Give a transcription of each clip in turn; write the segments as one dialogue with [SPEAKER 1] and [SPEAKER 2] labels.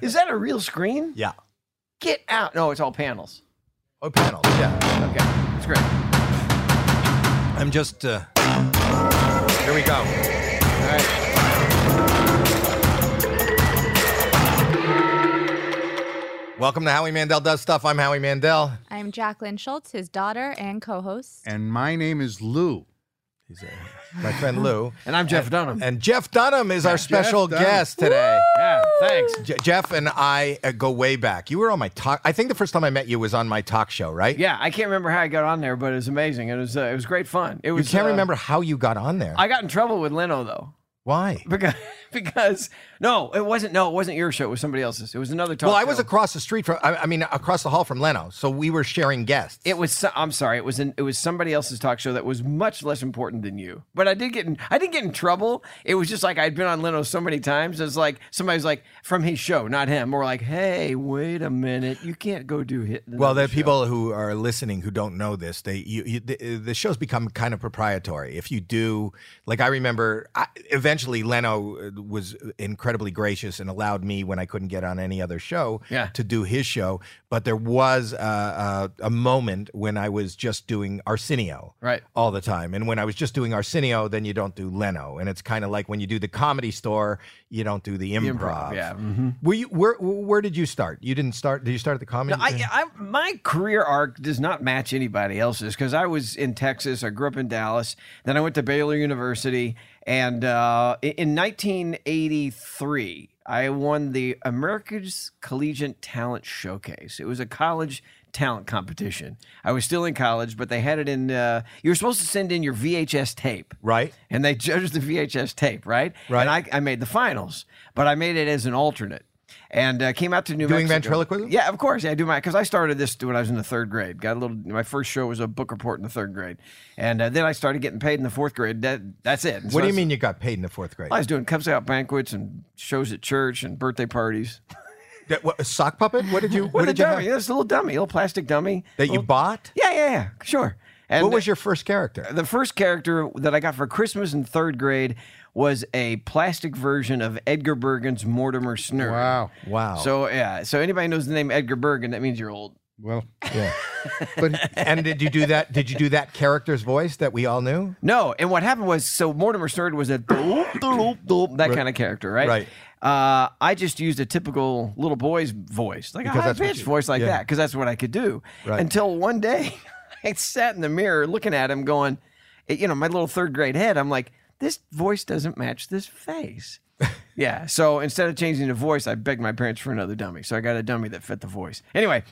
[SPEAKER 1] Is that a real screen?
[SPEAKER 2] yeah.
[SPEAKER 1] Get out. No, it's all panels.
[SPEAKER 2] Oh, panels. Yeah.
[SPEAKER 1] Okay, it's great. All
[SPEAKER 2] I'm just. Uh, here we go.
[SPEAKER 1] right.
[SPEAKER 2] Welcome to Howie Mandel Does Stuff. I'm Howie Mandel.
[SPEAKER 3] I'm Jacqueline Schultz, his daughter and co-host.
[SPEAKER 4] And my name is Lou.
[SPEAKER 2] He's uh, my friend Lou.
[SPEAKER 1] And I'm Jeff Dunham.
[SPEAKER 2] And Jeff Dunham is our special
[SPEAKER 4] Dunham.
[SPEAKER 2] guest today.
[SPEAKER 1] Yeah, thanks.
[SPEAKER 2] Je- Jeff and I uh, go way back. You were on my talk. I think the first time I met you was on my talk show, right?
[SPEAKER 1] Yeah, I can't remember how I got on there, but it was amazing. It was uh, it was great fun. It
[SPEAKER 2] You
[SPEAKER 1] was.
[SPEAKER 2] can't
[SPEAKER 1] uh,
[SPEAKER 2] remember how you got on there.
[SPEAKER 1] I got in trouble with Leno though.
[SPEAKER 2] Why?
[SPEAKER 1] Because, because no, it wasn't. No, it wasn't your show. It was somebody else's. It was another talk.
[SPEAKER 2] Well, I was
[SPEAKER 1] show.
[SPEAKER 2] across the street from. I, I mean, across the hall from Leno, so we were sharing guests.
[SPEAKER 1] It was. so- I'm sorry. It was. An, it was somebody else's talk show that was much less important than you. But I did get. In, I didn't get in trouble. It was just like I'd been on Leno so many times. It's like somebody's like from his show, not him. Or like, hey, wait a minute, you can't go do hit.
[SPEAKER 2] Well,
[SPEAKER 1] another
[SPEAKER 2] the
[SPEAKER 1] show."
[SPEAKER 2] people who are listening who don't know this, they you, you the, the show's become kind of proprietary. If you do, like I remember, I, eventually Leno uh, was incredibly gracious and allowed me when I couldn't get on any other show
[SPEAKER 1] Yeah.
[SPEAKER 2] to do his show. But there was uh, a, a moment when I was just doing Arsenio
[SPEAKER 1] Right.
[SPEAKER 2] all the time, and when I was just doing Arsenio, then you don't do Leno, and it's kind of like when you do the Comedy Store, you don't do the improv.
[SPEAKER 1] Improv, yeah, mhm.
[SPEAKER 2] Were you where where did you start? You didn't start. Did you start at the comedy?
[SPEAKER 1] I, I, my career arc does not match anybody else's because I was in Texas. I grew up in Dallas. Then I went to Baylor University. And uh, i- in 1983, I won the America's Collegiate Talent Showcase. It was a college talent competition. I was still in college, but they had it in, uh, you were supposed to send in your VHS tape
[SPEAKER 2] right.
[SPEAKER 1] and they judged the VHS tape, right?
[SPEAKER 2] Right.
[SPEAKER 1] And I, I made the finals, but I made it as an alternate. And uh, came out to New
[SPEAKER 2] Doing
[SPEAKER 1] Mexico.
[SPEAKER 2] ventriloquism?
[SPEAKER 1] Yeah, of course. Yeah, I do my because I started this when I was in the third grade. Got a little. My first show was a book report in the third grade, and uh, then I started getting paid in the fourth grade. That that's it. And so
[SPEAKER 2] What do you
[SPEAKER 1] it's-
[SPEAKER 2] mean you got paid in the fourth grade?
[SPEAKER 1] I was doing Cubs out banquets and shows at church and birthday parties.
[SPEAKER 2] That- what, a sock puppet? What did you? what
[SPEAKER 1] With a
[SPEAKER 2] did you
[SPEAKER 1] dummy,
[SPEAKER 2] have
[SPEAKER 1] this little dummy, little plastic dummy
[SPEAKER 2] that you bought?
[SPEAKER 1] Yeah, yeah, yeah. Sure. And
[SPEAKER 2] What was your first character?
[SPEAKER 1] the first character that I got for Christmas in third grade was a plastic version of Edgar Bergen's Mortimer Snurd.
[SPEAKER 4] Wow.
[SPEAKER 2] Wow.
[SPEAKER 1] So yeah, so anybody knows the name Edgar Bergen, that means you're old.
[SPEAKER 4] Well,
[SPEAKER 2] yeah.
[SPEAKER 4] but
[SPEAKER 2] and did you do that? Did you do that character's voice that we all knew?
[SPEAKER 1] No, and what happened was, so Mortimer Snurd was a doop, doop, doop, that kind of character, right?
[SPEAKER 2] Right.
[SPEAKER 1] Uh, I just used a typical little boy's voice, like
[SPEAKER 2] Because
[SPEAKER 1] a high
[SPEAKER 2] that's what
[SPEAKER 1] pitched
[SPEAKER 2] you-
[SPEAKER 1] voice like
[SPEAKER 2] yeah.
[SPEAKER 1] that, because that's what I could do.
[SPEAKER 2] Right.
[SPEAKER 1] Until one day, I sat in the mirror looking at him, going, you know, my little third grade head. I'm like, this voice doesn't match this face. yeah. So instead of changing the voice, I begged my parents for another dummy. So I got a dummy that fit the voice. Anyway,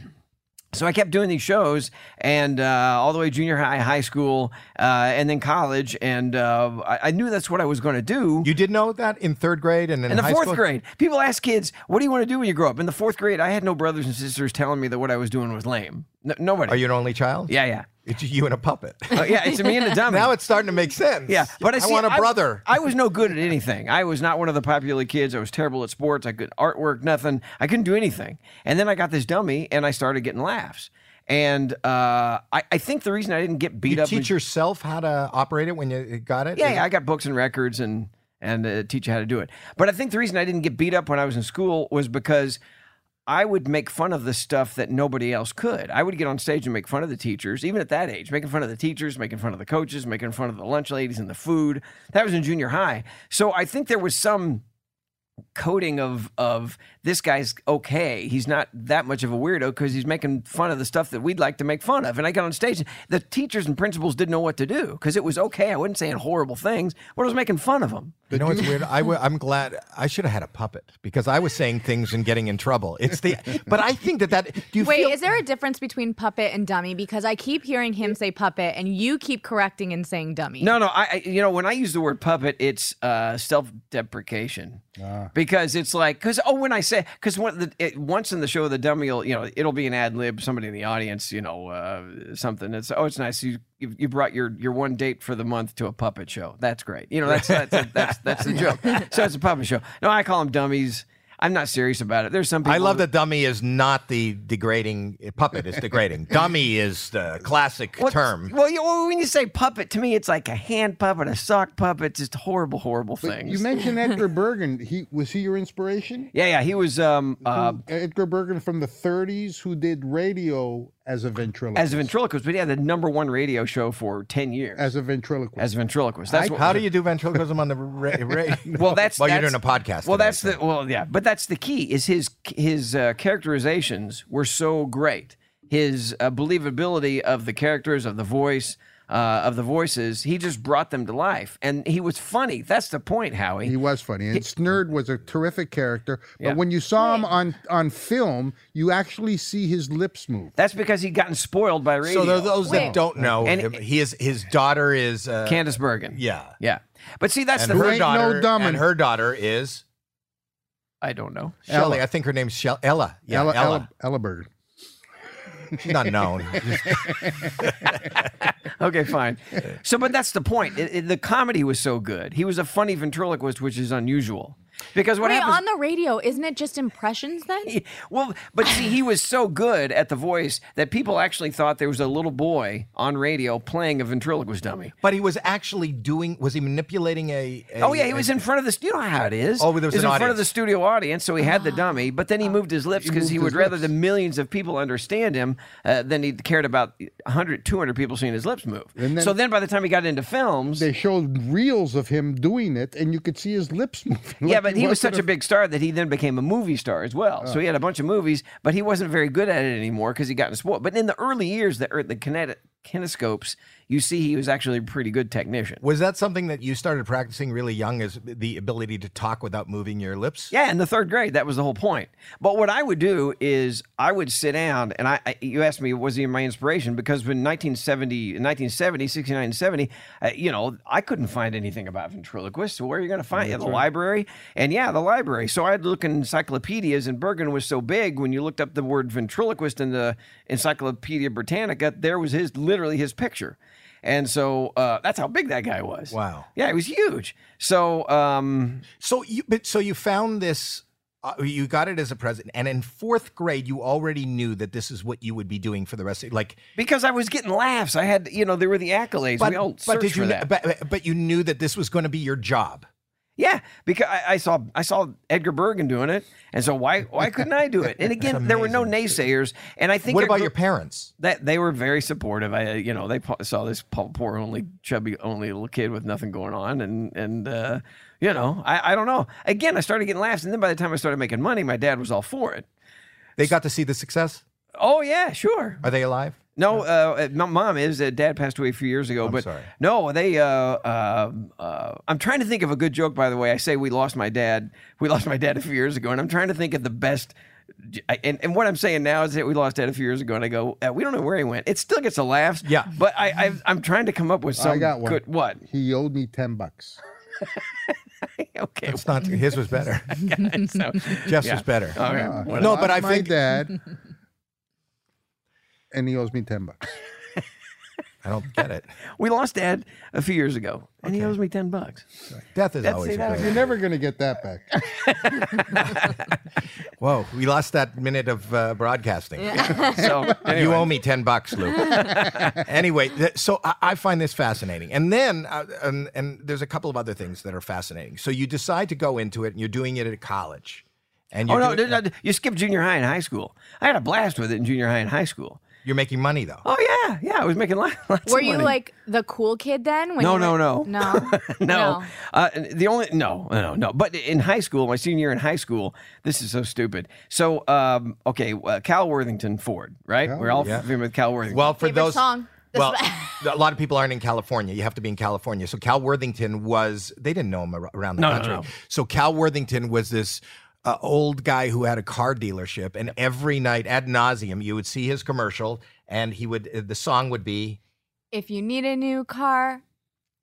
[SPEAKER 1] so I kept doing these shows, and uh, all the way junior high, high school, uh, and then college, and uh, I, I knew that's what I was going to do.
[SPEAKER 2] You did know that in third grade and in,
[SPEAKER 1] in the
[SPEAKER 2] high
[SPEAKER 1] fourth
[SPEAKER 2] school?
[SPEAKER 1] grade, people ask kids, "What do you want to do when you grow up?" In the fourth grade, I had no brothers and sisters telling me that what I was doing was lame. No, nobody.
[SPEAKER 2] Are you an only child?
[SPEAKER 1] Yeah, yeah,
[SPEAKER 2] It's you and a puppet.
[SPEAKER 1] Oh, yeah. It's me and the dummy.
[SPEAKER 2] now it's starting to make sense.
[SPEAKER 1] Yeah, but I, see,
[SPEAKER 2] want a
[SPEAKER 1] I-
[SPEAKER 2] brother.
[SPEAKER 1] I, was no good at anything. I was not one of the popular kids. I was terrible at sports. I could artwork, nothing. I couldn't do anything. And then I got this dummy, and I started getting laughs. And uh, I, I think the reason I didn't get beat
[SPEAKER 2] you
[SPEAKER 1] up.
[SPEAKER 2] teach yourself how to operate it when you got it.
[SPEAKER 1] yeah,
[SPEAKER 2] Is
[SPEAKER 1] yeah,
[SPEAKER 2] it-
[SPEAKER 1] I got books and records and and uh, teach you how to do it. But I think the reason I didn't get beat up when I was in school was because I would make fun of the stuff that nobody else could. I would get on stage and make fun of the teachers, even at that age, making fun of the teachers, making fun of the coaches, making fun of the lunch ladies and the food. That was in junior high. So I think there was some coding of of this guy's okay. He's not that much of a weirdo because he's making fun of the stuff that we'd like to make fun of. And I got on stage, and the teachers and principals didn't know what to do because it was okay. I wasn't saying horrible things, but I was making fun of them.
[SPEAKER 2] You know what's weird? I w- I'm glad I should have had a puppet because I was saying things and getting in trouble. It's the, but I think that that do you
[SPEAKER 3] Wait,
[SPEAKER 2] feel,
[SPEAKER 3] is there a difference between puppet and dummy? Because I keep hearing him say puppet, and you keep correcting and saying dummy.
[SPEAKER 1] No, no, I, I you know when I use the word puppet, it's uh, self deprecation
[SPEAKER 2] Ah.
[SPEAKER 1] because it's like because oh when I say because one the, it, once in the show the dummy will you know it'll be an ad lib somebody in the audience you know uh, something it's oh it's nice you you you brought your your one date for the month to a puppet show that's great you know that's that's that's, that's the joke so it's a puppet show no I call them dummies. I'm not serious about it. There's some people
[SPEAKER 2] I love that dummy is not the degrading puppet is degrading. dummy is the classic
[SPEAKER 1] Well,
[SPEAKER 2] term.
[SPEAKER 1] Well, you, well, when you say puppet, to me, it's like a hand puppet, a sock puppet, just horrible, horrible
[SPEAKER 4] But
[SPEAKER 1] things.
[SPEAKER 4] you mentioned Edgar Bergen. He was he your inspiration?
[SPEAKER 1] yeah, yeah, he was um, uh,
[SPEAKER 4] Edgar Bergen from the 30s who did radio as a ventriloquist.
[SPEAKER 1] as a ventriloquist, but he had the number one radio show for ten years as,
[SPEAKER 4] As a ventriloquist.
[SPEAKER 1] a ventriloquist. That's what
[SPEAKER 2] How do you do ventriloquism on the ra- ra-
[SPEAKER 1] Well, that's
[SPEAKER 2] well, you're
[SPEAKER 1] that's-
[SPEAKER 2] doing a podcast.
[SPEAKER 1] Well,
[SPEAKER 2] today,
[SPEAKER 1] that's
[SPEAKER 2] so-
[SPEAKER 1] the well, yeah, but that's the key. Is his his uh, characterizations were so great. His uh, believability of the characters, of the voice, uh, of the voices, he just brought them to life, and he was funny. That's the point, Howie.
[SPEAKER 4] he was funny. And Snerd was a terrific character. But
[SPEAKER 1] Yeah.
[SPEAKER 4] when you saw him on, on film, you actually see his lips move.
[SPEAKER 1] That's because he'd gotten spoiled by radio.
[SPEAKER 2] So tho- those that
[SPEAKER 3] Wait.
[SPEAKER 2] don't know,
[SPEAKER 1] And-
[SPEAKER 2] him, he is his daughter is uh,
[SPEAKER 1] Candace Bergen.
[SPEAKER 2] yeah,
[SPEAKER 1] Yeah. But see, that's
[SPEAKER 2] and
[SPEAKER 1] the
[SPEAKER 4] who
[SPEAKER 2] her
[SPEAKER 1] thing.
[SPEAKER 4] ain't no
[SPEAKER 2] daughter
[SPEAKER 4] dummy.
[SPEAKER 2] and her daughter is
[SPEAKER 1] I don't know.
[SPEAKER 2] Shelley. I think her name's Shell Ella. Yeah,
[SPEAKER 4] Ella,
[SPEAKER 2] Ella.
[SPEAKER 4] Ella. Ella Bergen.
[SPEAKER 2] She's not known.
[SPEAKER 1] Okay, fine. So, but that's the point. It- it- the comedy was so good. He was a funny ventriloquist, which is unusual. Because what
[SPEAKER 3] Wait,
[SPEAKER 1] happens?
[SPEAKER 3] on the radio, isn't it just impressions then?
[SPEAKER 1] well, but see, he was so good at the voice that people actually thought there was a little boy on radio playing a ventriloquist dummy.
[SPEAKER 2] but he was actually doing. Was he manipulating a? a-
[SPEAKER 1] Oh yeah, he
[SPEAKER 2] a-
[SPEAKER 1] was in front of the. You know how it is.
[SPEAKER 2] Oh, there was
[SPEAKER 1] he was in
[SPEAKER 2] an
[SPEAKER 1] front of the
[SPEAKER 2] audience.
[SPEAKER 1] studio audience, so he had
[SPEAKER 3] Ah.
[SPEAKER 1] the dummy. But then he moved his lips because he,
[SPEAKER 4] moved
[SPEAKER 1] would
[SPEAKER 4] his
[SPEAKER 1] rather
[SPEAKER 4] lips.
[SPEAKER 1] the millions of people understand him uh, than he cared about 100, 200 people seeing his lips move.
[SPEAKER 4] And then-
[SPEAKER 1] so then, by the time he got into films,
[SPEAKER 4] They showed reels of him doing it, and you could see his lips moving.
[SPEAKER 1] yeah,
[SPEAKER 4] like
[SPEAKER 1] but he was
[SPEAKER 4] wasn't
[SPEAKER 1] such a big star that he then became a movie star as well. So he had a bunch of movies, but he wasn't very good at it anymore because he got in sport. But in the early years, the er, the kinet- kinescopes, you see, he was actually a pretty good technician.
[SPEAKER 2] Was that something that you started practicing really young? Is the ability to talk without moving your lips?
[SPEAKER 1] Yeah, in the third grade, that was the whole point. But what I would do is I would sit down, and I, I you asked me, was he my inspiration? Because when 1970, 1970, 69, and 70, uh, you know, I couldn't find anything about ventriloquists. So where are you going to find it? The library? And yeah, the library. So I'd look in encyclopedias, and Bergen was so big, when you looked up the word ventriloquist in the Encyclopedia Britannica, there was his, literally his picture. And so uh, that's how big that guy was.
[SPEAKER 2] Wow.
[SPEAKER 1] Yeah, he was huge. So, um,
[SPEAKER 2] So you, but so you found this. Uh, you got it as a present, and in fourth grade, you already knew that this is what you would be doing for the rest of like.
[SPEAKER 1] Because I was getting laughs. I had, you know, there were the accolades. we all searched
[SPEAKER 2] did you?
[SPEAKER 1] for
[SPEAKER 2] kn-
[SPEAKER 1] that.
[SPEAKER 2] But, but you knew that this was going to be your job.
[SPEAKER 1] yeah, because I, I saw I saw Edgar Bergen doing it, and so why why couldn't I do it? And again, there were no naysayers, and I think
[SPEAKER 2] What
[SPEAKER 1] there-
[SPEAKER 2] about your parents?
[SPEAKER 1] that they were very supportive. I, uh, you know, they po- saw this po- poor, only chubby, only little kid with nothing going on, and and uh, you know, I, I don't know. Again, I started getting laughs, and then by the time I started making money, my dad was all for it.
[SPEAKER 2] They got to see the success.
[SPEAKER 1] Oh yeah, sure.
[SPEAKER 2] Are they alive?
[SPEAKER 1] No, uh, my mom is. Uh, Dad passed away a few years ago. but
[SPEAKER 2] sorry.
[SPEAKER 1] no, they. Uh, uh, uh, I'm trying to think of a good joke. By the way, I say we lost my dad. We lost my dad a few years ago, and I'm trying to think of the best. I- And, and what I'm saying now is that we lost dad a few years ago, and I go, uh, we don't know where he went. It still gets a laugh.
[SPEAKER 2] Yeah.
[SPEAKER 1] But I, I I'm trying to come up with some
[SPEAKER 4] I got one.
[SPEAKER 1] good what.
[SPEAKER 4] He owed me 10 bucks.
[SPEAKER 1] Okay.
[SPEAKER 2] It's not. His was better.
[SPEAKER 1] so,
[SPEAKER 2] Jeff's
[SPEAKER 1] Yeah.
[SPEAKER 2] was better.
[SPEAKER 1] all right. whatever.
[SPEAKER 2] No, Oh, but
[SPEAKER 4] Lost
[SPEAKER 2] I
[SPEAKER 4] my
[SPEAKER 2] think-
[SPEAKER 4] dad, and he owes me 10 bucks.
[SPEAKER 2] I don't get it.
[SPEAKER 1] we lost dad a few years ago, and he owes me ten bucks.
[SPEAKER 2] Death is
[SPEAKER 1] That's-
[SPEAKER 2] always.
[SPEAKER 1] see,
[SPEAKER 2] a
[SPEAKER 1] that-
[SPEAKER 2] good-
[SPEAKER 4] You're never going to get that back.
[SPEAKER 2] Whoa, we lost that minute of uh, broadcasting.
[SPEAKER 1] So anyway.
[SPEAKER 2] You owe me 10 bucks, Luke. anyway, th- so I, I find this fascinating. And then, uh, and, and there's a couple of other things that are fascinating. So you decide to go into it and you're doing it at college. And
[SPEAKER 1] Oh
[SPEAKER 2] you're,
[SPEAKER 1] no,
[SPEAKER 2] doing-
[SPEAKER 1] no, no, you skipped junior high and high school. I had a blast with it in junior high and high school.
[SPEAKER 2] you're making money, though.
[SPEAKER 1] Oh yeah, yeah, I was making lots, lots
[SPEAKER 3] Were
[SPEAKER 1] of
[SPEAKER 3] you
[SPEAKER 1] money.
[SPEAKER 3] like the cool kid then? When
[SPEAKER 1] No,
[SPEAKER 3] you
[SPEAKER 1] no,
[SPEAKER 3] were-
[SPEAKER 1] no.
[SPEAKER 3] no,
[SPEAKER 1] no, Uh, the only no, no, no. But in high school, my senior year in high school, this is so stupid. So, um, okay, uh, Cal Worthington Ford, right? We're all
[SPEAKER 2] yeah.
[SPEAKER 1] familiar with Cal Worthington.
[SPEAKER 2] Well, for
[SPEAKER 3] Favorite
[SPEAKER 2] those.
[SPEAKER 3] song. That's
[SPEAKER 2] Well,
[SPEAKER 3] what-
[SPEAKER 2] a lot of people aren't in California. You have to be in California. So Cal Worthington was, they didn't know him ar- around the
[SPEAKER 1] No, no,
[SPEAKER 2] country.
[SPEAKER 1] no.
[SPEAKER 2] So Cal Worthington was this uh, old guy who had a car dealership. And every night ad nauseum, you would see his commercial and he would, uh, the song would be,
[SPEAKER 3] If you need a new car,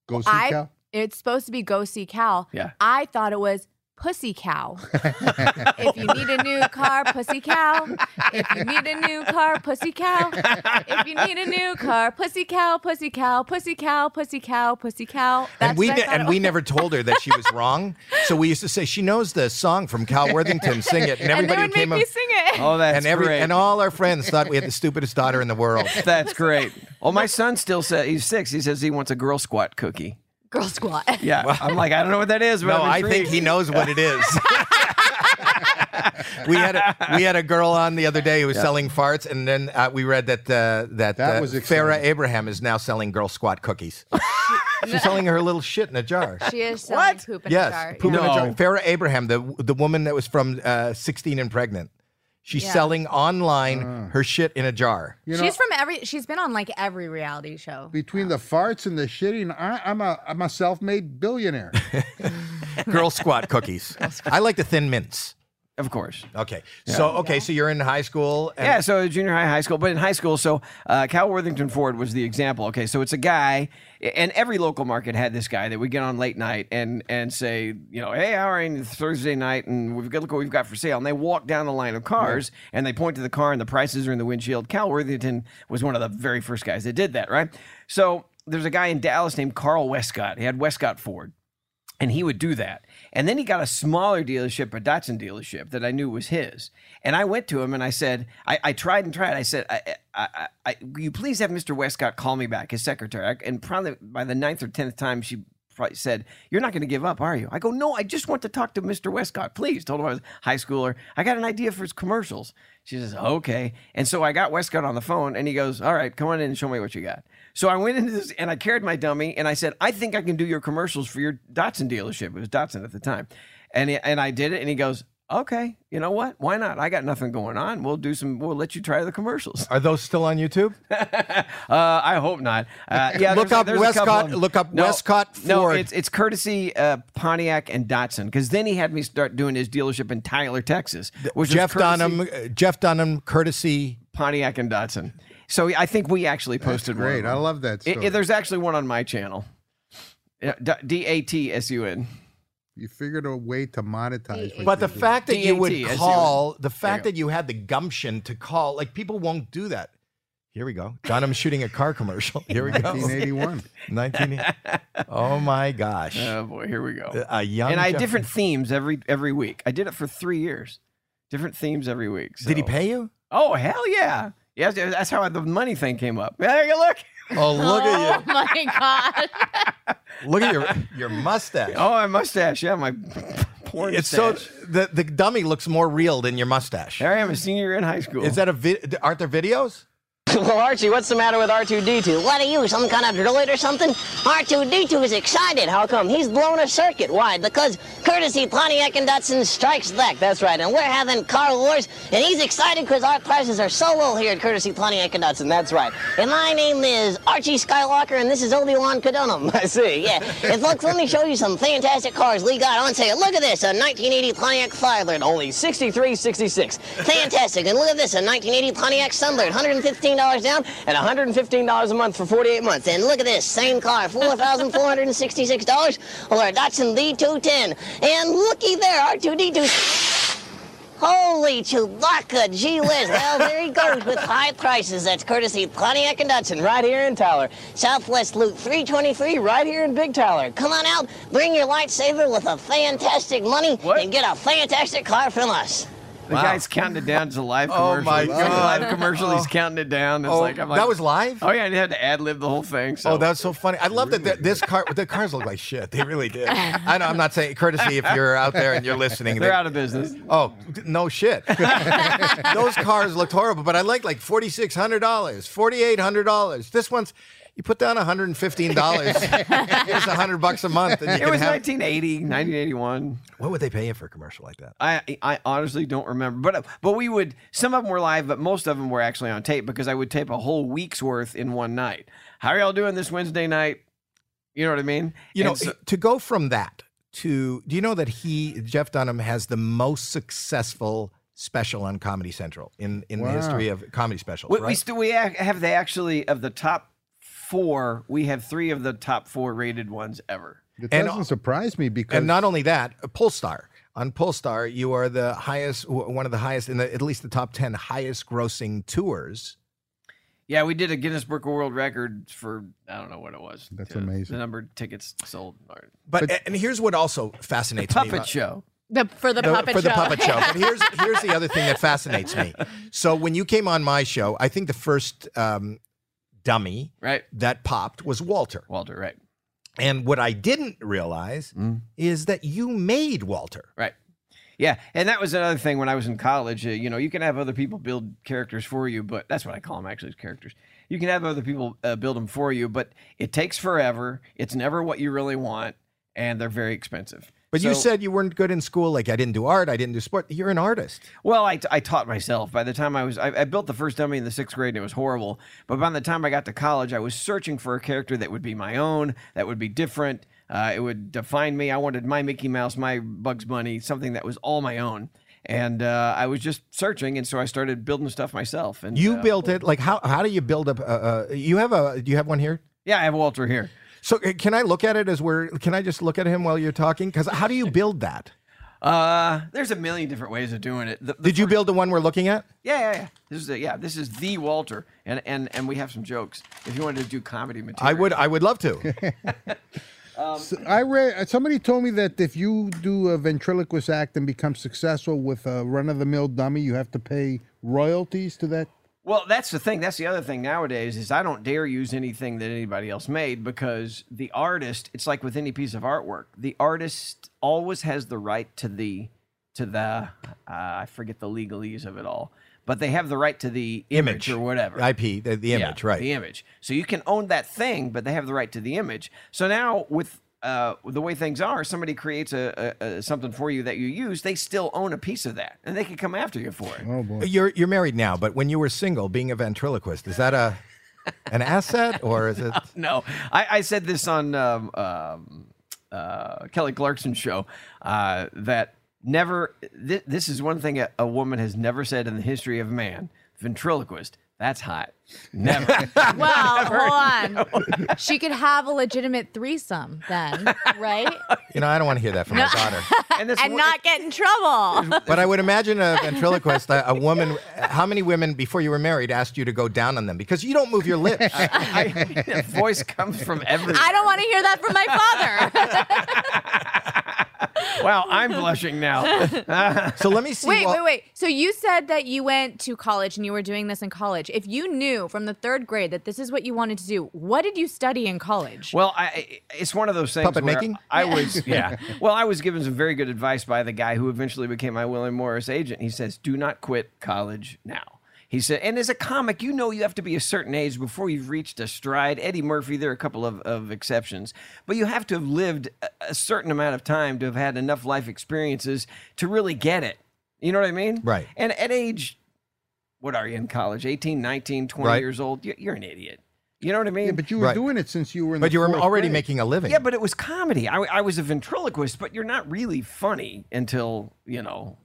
[SPEAKER 4] Go see
[SPEAKER 3] I
[SPEAKER 4] Cal.
[SPEAKER 3] it's supposed to be go see Cal.
[SPEAKER 1] Yeah.
[SPEAKER 3] I thought it was Pussy Cow. if you need a new car, Pussy Cow. If you need a new car, Pussy Cow. If you need a new car, Pussy Cow, Pussy Cow, Pussy Cow, Pussy Cow, Pussy Cow. That's
[SPEAKER 2] and we
[SPEAKER 3] what I
[SPEAKER 2] ne-
[SPEAKER 3] thought it
[SPEAKER 2] and we
[SPEAKER 3] was.
[SPEAKER 2] never told her that she was wrong. So we used to say she knows the song from Cal Worthington, sing it,
[SPEAKER 3] And
[SPEAKER 2] and
[SPEAKER 3] they
[SPEAKER 2] everybody
[SPEAKER 3] would
[SPEAKER 2] who
[SPEAKER 3] make
[SPEAKER 2] came
[SPEAKER 3] me
[SPEAKER 2] up.
[SPEAKER 3] sing it.
[SPEAKER 1] Oh, that's
[SPEAKER 2] And every
[SPEAKER 1] great.
[SPEAKER 2] and all our friends thought we had the stupidest daughter in the world.
[SPEAKER 1] that's great. Well, Oh, my son still says he's six. He says he wants a Girl Squat cookie.
[SPEAKER 3] Girl squat.
[SPEAKER 1] Yeah, I'm like, I don't know what that is, but
[SPEAKER 2] No,
[SPEAKER 1] I'm
[SPEAKER 2] I think
[SPEAKER 1] intrigued.
[SPEAKER 2] he knows what it is. we had a, we had a girl on the other day who was selling farts, and then uh, we read that uh, that,
[SPEAKER 4] That
[SPEAKER 2] uh,
[SPEAKER 4] was
[SPEAKER 2] Farrah
[SPEAKER 4] exciting.
[SPEAKER 2] Abraham is now selling girl squat cookies. She's selling her little shit in a jar.
[SPEAKER 3] She is selling
[SPEAKER 1] What?
[SPEAKER 3] poop in a jar.
[SPEAKER 2] Yes, poop in a jar.
[SPEAKER 1] No.
[SPEAKER 2] Farrah Abraham, the the woman that was from uh, 16 and pregnant, she's
[SPEAKER 3] Yeah.
[SPEAKER 2] selling online her shit in a jar.
[SPEAKER 4] You know,
[SPEAKER 3] she's from every. She's been on like every reality show.
[SPEAKER 4] between the farts and the shitting, I, I'm a I'm a self-made billionaire.
[SPEAKER 2] Girl squat cookies. I like the thin mints.
[SPEAKER 1] of course.
[SPEAKER 2] Okay, so okay, so you're in high school. And
[SPEAKER 1] Yeah, so junior high, high school, but in high school, so uh, Cal Worthington Ford was the example. Okay, so it's a guy, and every local market had this guy that would get on late night and and say, you know, hey, how are you Thursday night, and we've got look what we've got for sale, and they walk down the line of cars and they point to the car and the prices are in the windshield. Cal Worthington was one of the very first guys that did that, right? So there's a guy in Dallas named Carl Westcott. He had Westcott Ford and he would do that. And then he got a smaller dealership, a Datsun dealership that I knew was his. And I went to him and I said, I, I tried and tried. I said, I, I, I, I, will you please have Mr. Westcott call me back, his secretary? I- And probably by the ninth or tenth time, she probably said, You're not going to give up, are you? I go, No, I just want to talk to Mr. Westcott, please. Told him I was a high schooler. I got an idea for his commercials. She says, okay. And so I got Westcott on the phone and he goes, all right, come on in and show me what you got. So I went into this and I carried my dummy and I said, I think I can do your commercials for your Datsun dealership. It was Datsun at the time. And, he- and I did it and he goes, okay, you know what? Why not? I got nothing going on. We'll do some, we'll let you try the commercials.
[SPEAKER 2] Are those still on YouTube?
[SPEAKER 1] Uh, I hope not. Uh, yeah,
[SPEAKER 2] Look
[SPEAKER 1] there's a-
[SPEAKER 2] up
[SPEAKER 1] there's a couple
[SPEAKER 2] Westcott-
[SPEAKER 1] of 'em.
[SPEAKER 2] look up Westcott
[SPEAKER 1] No,
[SPEAKER 2] Ford.
[SPEAKER 1] it's it's courtesy uh, Pontiac and Datsun because then he had me start doing his dealership in Tyler, Texas, which
[SPEAKER 2] Jeff
[SPEAKER 1] was courtesy
[SPEAKER 2] Dunham, uh, Jeff Dunham, courtesy.
[SPEAKER 1] Pontiac and Datsun. So I think we actually posted
[SPEAKER 4] Great,
[SPEAKER 1] one. of
[SPEAKER 4] I
[SPEAKER 1] them.
[SPEAKER 4] love that
[SPEAKER 1] I- I-
[SPEAKER 4] story.
[SPEAKER 1] there's actually one on my channel. D A T S U N.
[SPEAKER 4] you figured a way to monetize.
[SPEAKER 2] But
[SPEAKER 4] what you
[SPEAKER 2] the
[SPEAKER 4] do.
[SPEAKER 2] fact that you
[SPEAKER 1] DAT,
[SPEAKER 2] would
[SPEAKER 1] as you-
[SPEAKER 2] call, the fact that you had the gumption to call, like people won't do that. Here we go. Dunham shooting a car commercial. Here we go.
[SPEAKER 4] 1981.
[SPEAKER 2] 19. Oh my gosh.
[SPEAKER 1] Oh boy, here we go.
[SPEAKER 2] a young.
[SPEAKER 1] And I had
[SPEAKER 2] Jeff-
[SPEAKER 1] different themes every every week. I did it for three years. Different themes every week.
[SPEAKER 2] Did he
[SPEAKER 1] so-
[SPEAKER 2] pay you?
[SPEAKER 1] Oh hell yeah! Yes, that's how the money thing came up. There you look.
[SPEAKER 2] Oh look
[SPEAKER 3] oh
[SPEAKER 2] at
[SPEAKER 3] my god.
[SPEAKER 2] you! Look at your your mustache.
[SPEAKER 1] Oh, my mustache. Yeah, my porn
[SPEAKER 2] it's so
[SPEAKER 1] mustache.
[SPEAKER 2] the the dummy looks more real than your mustache.
[SPEAKER 1] There I am, a senior in high school.
[SPEAKER 2] Is that a vi- aren't there videos?
[SPEAKER 5] Well, Archie, what's the matter with R2D2?
[SPEAKER 6] What are you, some kind of droid or something? R2-D2 is excited. How come? He's blown a circuit wide because courtesy Pontiac and Datsun strikes back. That's right. And we're having car wars, and he's excited because our prices are so low here at courtesy Pontiac and Datsun. That's right. And my name is Archie Skywalker, and this is Obi-Wan Kedonum. I see, yeah. And folks, let me show you some fantastic cars we got on sale. Look at this, a 1980 Pontiac Firebird, only
[SPEAKER 5] 6366.
[SPEAKER 6] Fantastic. And look at this, a 1980 Pontiac Sunbird, $115 down and
[SPEAKER 5] $115 a month for 48 months.
[SPEAKER 6] month. And look at this, same car, $4,466 or a Datsun D210. And looky there, R2D2. Holy Chewbacca, gee whiz. Well, there he goes with high prices. That's courtesy of Pontiac and Datsun right here in Tyler. Southwest Loop 323 right here in Big Tyler. Come on out, bring your lightsaber with a fantastic money
[SPEAKER 1] What?
[SPEAKER 6] and get a fantastic car from us.
[SPEAKER 1] the guy's counting it down to live
[SPEAKER 2] Oh,
[SPEAKER 1] commercial.
[SPEAKER 2] my
[SPEAKER 1] It's a
[SPEAKER 2] God.
[SPEAKER 1] Live commercial. He's counting it down. It's
[SPEAKER 2] Oh,
[SPEAKER 1] like I'm like
[SPEAKER 2] that was live.
[SPEAKER 1] Oh yeah, and he had to ad lib the whole thing. So.
[SPEAKER 2] Oh, that's so funny. I love that that this car, the cars look like shit. They really did. I know, I'm not saying courtesy if you're out there and you're listening.
[SPEAKER 1] they're
[SPEAKER 2] that-
[SPEAKER 1] out of business.
[SPEAKER 2] Oh, d- no shit. Those cars looked horrible, but I like like $4,600, $4,800. This one's, you put down $115. it's 100 bucks a month. And you
[SPEAKER 1] It
[SPEAKER 2] can
[SPEAKER 1] was
[SPEAKER 2] have,
[SPEAKER 1] 1980, 1981.
[SPEAKER 2] what would they pay you for a commercial like that?
[SPEAKER 1] I I honestly don't remember, but but we would. Some of them were live, but most of them were actually on tape because I would tape a whole week's worth in one night. How are y'all doing this Wednesday night? You know what I mean?
[SPEAKER 2] You know,
[SPEAKER 1] And so-
[SPEAKER 2] to go from that to, do you know that he, Jeff Dunham, has the most successful special on Comedy Central in, in the
[SPEAKER 4] Wow.
[SPEAKER 2] history of comedy specials,
[SPEAKER 1] we,
[SPEAKER 2] right?
[SPEAKER 1] we still we ac- have the actually of the top four. We have three of the top four rated ones ever.
[SPEAKER 4] It
[SPEAKER 2] And-
[SPEAKER 4] doesn't surprise me because
[SPEAKER 2] and not only that, a uh, Polestar. on Polestar, you are the highest, w- one of the highest in the at least the top ten highest grossing tours.
[SPEAKER 1] Yeah, we did a Guinness Book of World Record for I don't know what it was.
[SPEAKER 4] That's
[SPEAKER 1] uh, The
[SPEAKER 4] amazing.
[SPEAKER 1] number of tickets sold. or-
[SPEAKER 2] But, and here's what also fascinates me
[SPEAKER 1] Puppet
[SPEAKER 2] about-
[SPEAKER 1] show.
[SPEAKER 3] The, for the
[SPEAKER 2] No,
[SPEAKER 3] puppet
[SPEAKER 2] for
[SPEAKER 3] show.
[SPEAKER 2] the puppet show. But here's here's the other thing that fascinates me. So when you came on my show, I think the first um, dummy
[SPEAKER 1] Right.
[SPEAKER 2] that popped was Walter.
[SPEAKER 1] Walter, right.
[SPEAKER 2] And what I didn't realize
[SPEAKER 1] Mm.
[SPEAKER 2] is that you made Walter.
[SPEAKER 1] Right. Yeah, and that was another thing when I was in college. Uh, you know, you can have other people build characters for you, but that's what I call them actually is characters. You can have other people uh, build them for you, but it takes forever. It's never what you really want, and they're very expensive.
[SPEAKER 2] But you
[SPEAKER 1] So-
[SPEAKER 2] said you weren't good in school. Like I didn't do art. I didn't do sport. You're an artist.
[SPEAKER 1] Well, I, I taught myself. By the time I was, I, I built the first dummy in the sixth grade and it was horrible. But by the time I got to college, I was searching for a character that would be my own, that would be different. Uh, it would define me. I wanted my Mickey Mouse, my Bugs Bunny, something that was all my own. And uh, I was just searching, and so I started building stuff myself. And
[SPEAKER 2] You
[SPEAKER 1] uh,
[SPEAKER 2] built it. Like how how do you build up? Uh, uh, you have a do you have one here?
[SPEAKER 1] yeah, I have Walter here.
[SPEAKER 2] So uh, can I look at it as we're? Can I just look at him while you're talking? Because how do you build that?
[SPEAKER 1] Uh, there's a million different ways of doing it. The- the-
[SPEAKER 2] Did you build the one we're looking at?
[SPEAKER 1] yeah, yeah, yeah. This is a, yeah. This is the Walter, and and and we have some jokes. If you wanted to do comedy material,
[SPEAKER 2] I would. I would love to.
[SPEAKER 4] So I read somebody told me that if you do a ventriloquist act and become successful with a run of the mill dummy, you have to pay royalties to that.
[SPEAKER 1] Well, that's the thing. That's the other thing nowadays is I don't dare use anything that anybody else made because the artist, it's like with any piece of artwork, the artist always has the right to the to the uh, I forget the legalese of it all, but they have the right to the image,
[SPEAKER 2] Image.
[SPEAKER 1] or whatever.
[SPEAKER 2] IP, the, the
[SPEAKER 1] Yeah,
[SPEAKER 2] image, right?
[SPEAKER 1] The image. So you can own that thing, but they have the right to the image. So now with uh, the way things are, somebody creates a, a, a something for you that you use. They still own a piece of that, and they can come after you for it.
[SPEAKER 4] Oh boy.
[SPEAKER 2] You're you're married now, but when you were single, being a ventriloquist, is that a an asset or is it?
[SPEAKER 1] no, I, I said this on um, um, uh, Kelly Clarkson's show uh, that never. Th- this is one thing a, a woman has never said in the history of man: ventriloquist. That's hot. Never.
[SPEAKER 3] Well, hold on. She could have a legitimate threesome then, right?
[SPEAKER 2] You know, I don't want to hear that from my daughter.
[SPEAKER 1] and this
[SPEAKER 3] and
[SPEAKER 1] wo-
[SPEAKER 3] not get in trouble.
[SPEAKER 2] But I would imagine a ventriloquist, a, a woman. How many women before you were married asked you to go down on them because you don't move your lips?
[SPEAKER 1] I, the voice comes from everywhere.
[SPEAKER 3] I don't want to hear that from my father.
[SPEAKER 1] Wow, I'm blushing now.
[SPEAKER 2] So let me see.
[SPEAKER 3] Wait,
[SPEAKER 2] Wal-
[SPEAKER 3] wait, wait. So you said that you went to college and you were doing this in college. If you knew from the third grade that this is what you wanted to do, what did you study in college?
[SPEAKER 1] Well, I- I, it's one of those things.
[SPEAKER 2] Puppet
[SPEAKER 1] where
[SPEAKER 2] making?
[SPEAKER 1] I was, yeah. Well, I was given some very good advice by the guy who eventually became my William Morris agent. He says, "Do not quit college now." He said, and as a comic, you know you have to be a certain age before you've reached a stride. Eddie Murphy, there are a couple of, of exceptions, but you have to have lived a, a certain amount of time to have had enough life experiences to really get it. You know what I mean?
[SPEAKER 2] Right.
[SPEAKER 1] And at age, what are you in college? 18, 19, 20
[SPEAKER 2] Right.
[SPEAKER 1] years old? You're, you're an idiot. You know what I mean?
[SPEAKER 4] Yeah, but you were
[SPEAKER 2] Right.
[SPEAKER 4] doing it since you were in.
[SPEAKER 2] But
[SPEAKER 4] the
[SPEAKER 2] you were
[SPEAKER 4] fourth
[SPEAKER 2] already
[SPEAKER 4] grade.
[SPEAKER 2] making a living.
[SPEAKER 1] Yeah, but it was comedy. I, I was a ventriloquist, but you're not really funny until you know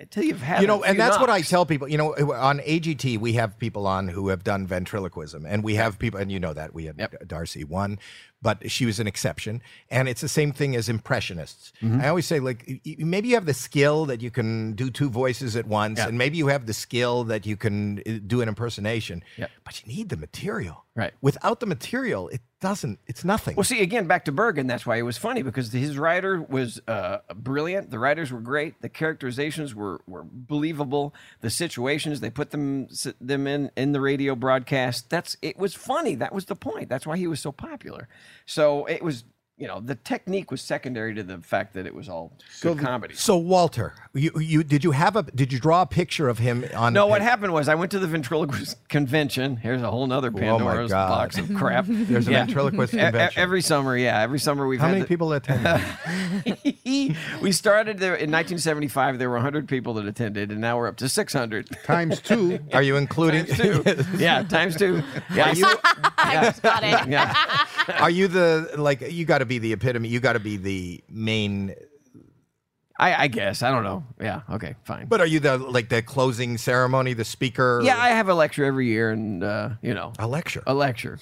[SPEAKER 1] until you've had
[SPEAKER 2] you know,
[SPEAKER 1] a
[SPEAKER 2] and
[SPEAKER 1] few
[SPEAKER 2] that's what I
[SPEAKER 1] knocks.
[SPEAKER 2] tell people. You know, on AGT we have people on who have done ventriloquism, and we have people, and you know that we had
[SPEAKER 1] Yep.
[SPEAKER 2] Darcy one, but she was an exception, and it's the same thing as impressionists.
[SPEAKER 1] Mm-hmm.
[SPEAKER 2] I always say, like, y- y- maybe you have the skill that you can do two voices at once,
[SPEAKER 1] Yeah.
[SPEAKER 2] and maybe you have the skill that you can uh, do an impersonation,
[SPEAKER 1] Yep.
[SPEAKER 2] but you need the material.
[SPEAKER 1] Right.
[SPEAKER 2] Without the material, it doesn't. It's nothing.
[SPEAKER 1] Well, see, again, back to Bergen. That's why it was funny because his writer was uh, brilliant. The writers were great. The characterizations were, were believable. The situations they put them s- them in in the radio broadcast. That's it was funny. That was the point. That's why he was so popular. So it was. You know, the technique was secondary to the fact that it was all good comedy.
[SPEAKER 2] so Walter, you, you did you have a did you draw a picture of him on?
[SPEAKER 1] No,
[SPEAKER 2] pa-
[SPEAKER 1] what happened was I went to the ventriloquist convention. Here's a whole nother Pandora's
[SPEAKER 2] Oh, God.
[SPEAKER 1] box of crap. There's
[SPEAKER 2] a ventriloquist convention.
[SPEAKER 1] Every summer, yeah, every summer we've
[SPEAKER 2] How
[SPEAKER 1] had
[SPEAKER 2] many
[SPEAKER 1] the-
[SPEAKER 2] people attend?
[SPEAKER 1] we started there in 1975. There were 100 people that attended, and now we're up to 600.
[SPEAKER 4] times two.
[SPEAKER 2] Are you including?
[SPEAKER 1] yeah, times two. Yeah,
[SPEAKER 2] Are you
[SPEAKER 3] I just got it.
[SPEAKER 1] yeah.
[SPEAKER 2] are you the like you got to be the epitome. You got to be the main.
[SPEAKER 1] I, I guess I don't know. Yeah, okay, fine.
[SPEAKER 2] But are you the like the closing ceremony, the speaker?
[SPEAKER 1] yeah, I have a lecture every year, and uh, you know,
[SPEAKER 2] a lecture.
[SPEAKER 1] a lecture.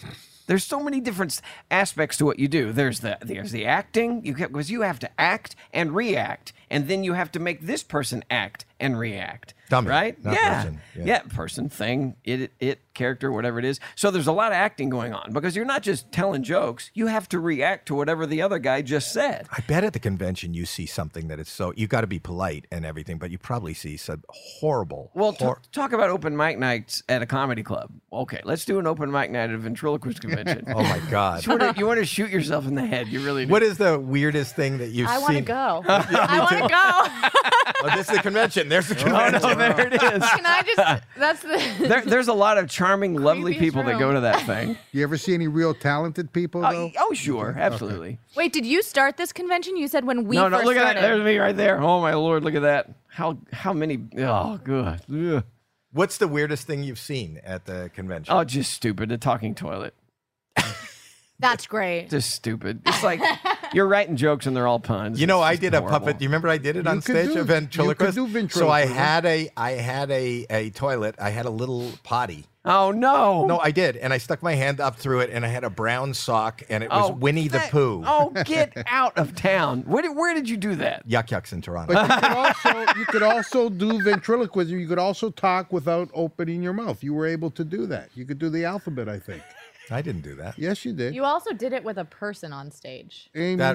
[SPEAKER 1] There's so many different s- aspects to what you do. There's the there's the acting. You because you have to act and react, and then you have to make this person act and react.
[SPEAKER 2] Dummy,
[SPEAKER 1] right?
[SPEAKER 2] not
[SPEAKER 1] yeah.
[SPEAKER 2] person.
[SPEAKER 1] yeah,
[SPEAKER 2] Yeah.
[SPEAKER 1] person, thing, it, it, character, whatever it is. So there's a lot of acting going on because you're not just telling jokes. You have to react to whatever the other guy just said.
[SPEAKER 2] I bet at the convention you see something that is so you got to be polite and everything, but you probably see some horrible.
[SPEAKER 1] Well, t-
[SPEAKER 2] hor-
[SPEAKER 1] talk about open mic nights at a comedy club. Okay, let's do an open mic night at a ventriloquist convention.
[SPEAKER 2] oh my god!
[SPEAKER 1] You wanna- you want to shoot yourself in the head. You really do.
[SPEAKER 2] what is the weirdest thing that you've
[SPEAKER 3] I want to
[SPEAKER 2] seen?
[SPEAKER 3] go. I want to go.
[SPEAKER 2] Oh, this is the convention. There's the
[SPEAKER 1] Oh
[SPEAKER 2] convention.
[SPEAKER 1] no, there it is.
[SPEAKER 3] Can I just? That's the.
[SPEAKER 1] There, there's a lot of charming, lovely
[SPEAKER 3] Creepiest
[SPEAKER 1] people that go
[SPEAKER 3] room.
[SPEAKER 1] to that thing.
[SPEAKER 4] You ever see any real talented people
[SPEAKER 1] Oh,
[SPEAKER 4] though?
[SPEAKER 1] y- oh, sure, absolutely.
[SPEAKER 3] Wait, did you start this convention? You said when we
[SPEAKER 1] no, no,
[SPEAKER 3] first
[SPEAKER 1] look at
[SPEAKER 3] started.
[SPEAKER 1] that. There's me right there. Oh my lord, look at that. How how many? Oh, good. Ugh.
[SPEAKER 2] What's the weirdest thing you've seen at the convention?
[SPEAKER 1] Oh, just stupid. A talking toilet.
[SPEAKER 3] That's great.
[SPEAKER 1] Just stupid. It's like you're writing jokes and they're all puns.
[SPEAKER 2] you know,
[SPEAKER 1] It's
[SPEAKER 2] I
[SPEAKER 1] just
[SPEAKER 2] did a
[SPEAKER 1] horrible.
[SPEAKER 2] puppet. Do you remember I did it
[SPEAKER 4] You
[SPEAKER 2] on
[SPEAKER 4] could
[SPEAKER 2] stage? a
[SPEAKER 4] do- you could
[SPEAKER 2] ventriloquist.
[SPEAKER 4] do
[SPEAKER 2] So I
[SPEAKER 4] ventriloquism.
[SPEAKER 2] had a I had a a toilet. I had a little potty.
[SPEAKER 1] Oh no.
[SPEAKER 2] No, I did, and I stuck my hand up through it, and I had a brown sock, and it was
[SPEAKER 1] Oh,
[SPEAKER 2] Winnie
[SPEAKER 1] that-
[SPEAKER 2] the Pooh.
[SPEAKER 1] Oh, get out of town. Where did, where did you do that?
[SPEAKER 2] Yuck yucks in Toronto.
[SPEAKER 4] But you could also you could also do ventriloquism. You could also talk without opening your mouth. You were able to do that. You could do the alphabet, I think.
[SPEAKER 2] I didn't do that.
[SPEAKER 4] Yes, you did.
[SPEAKER 7] You also did it with a person on stage.
[SPEAKER 2] That-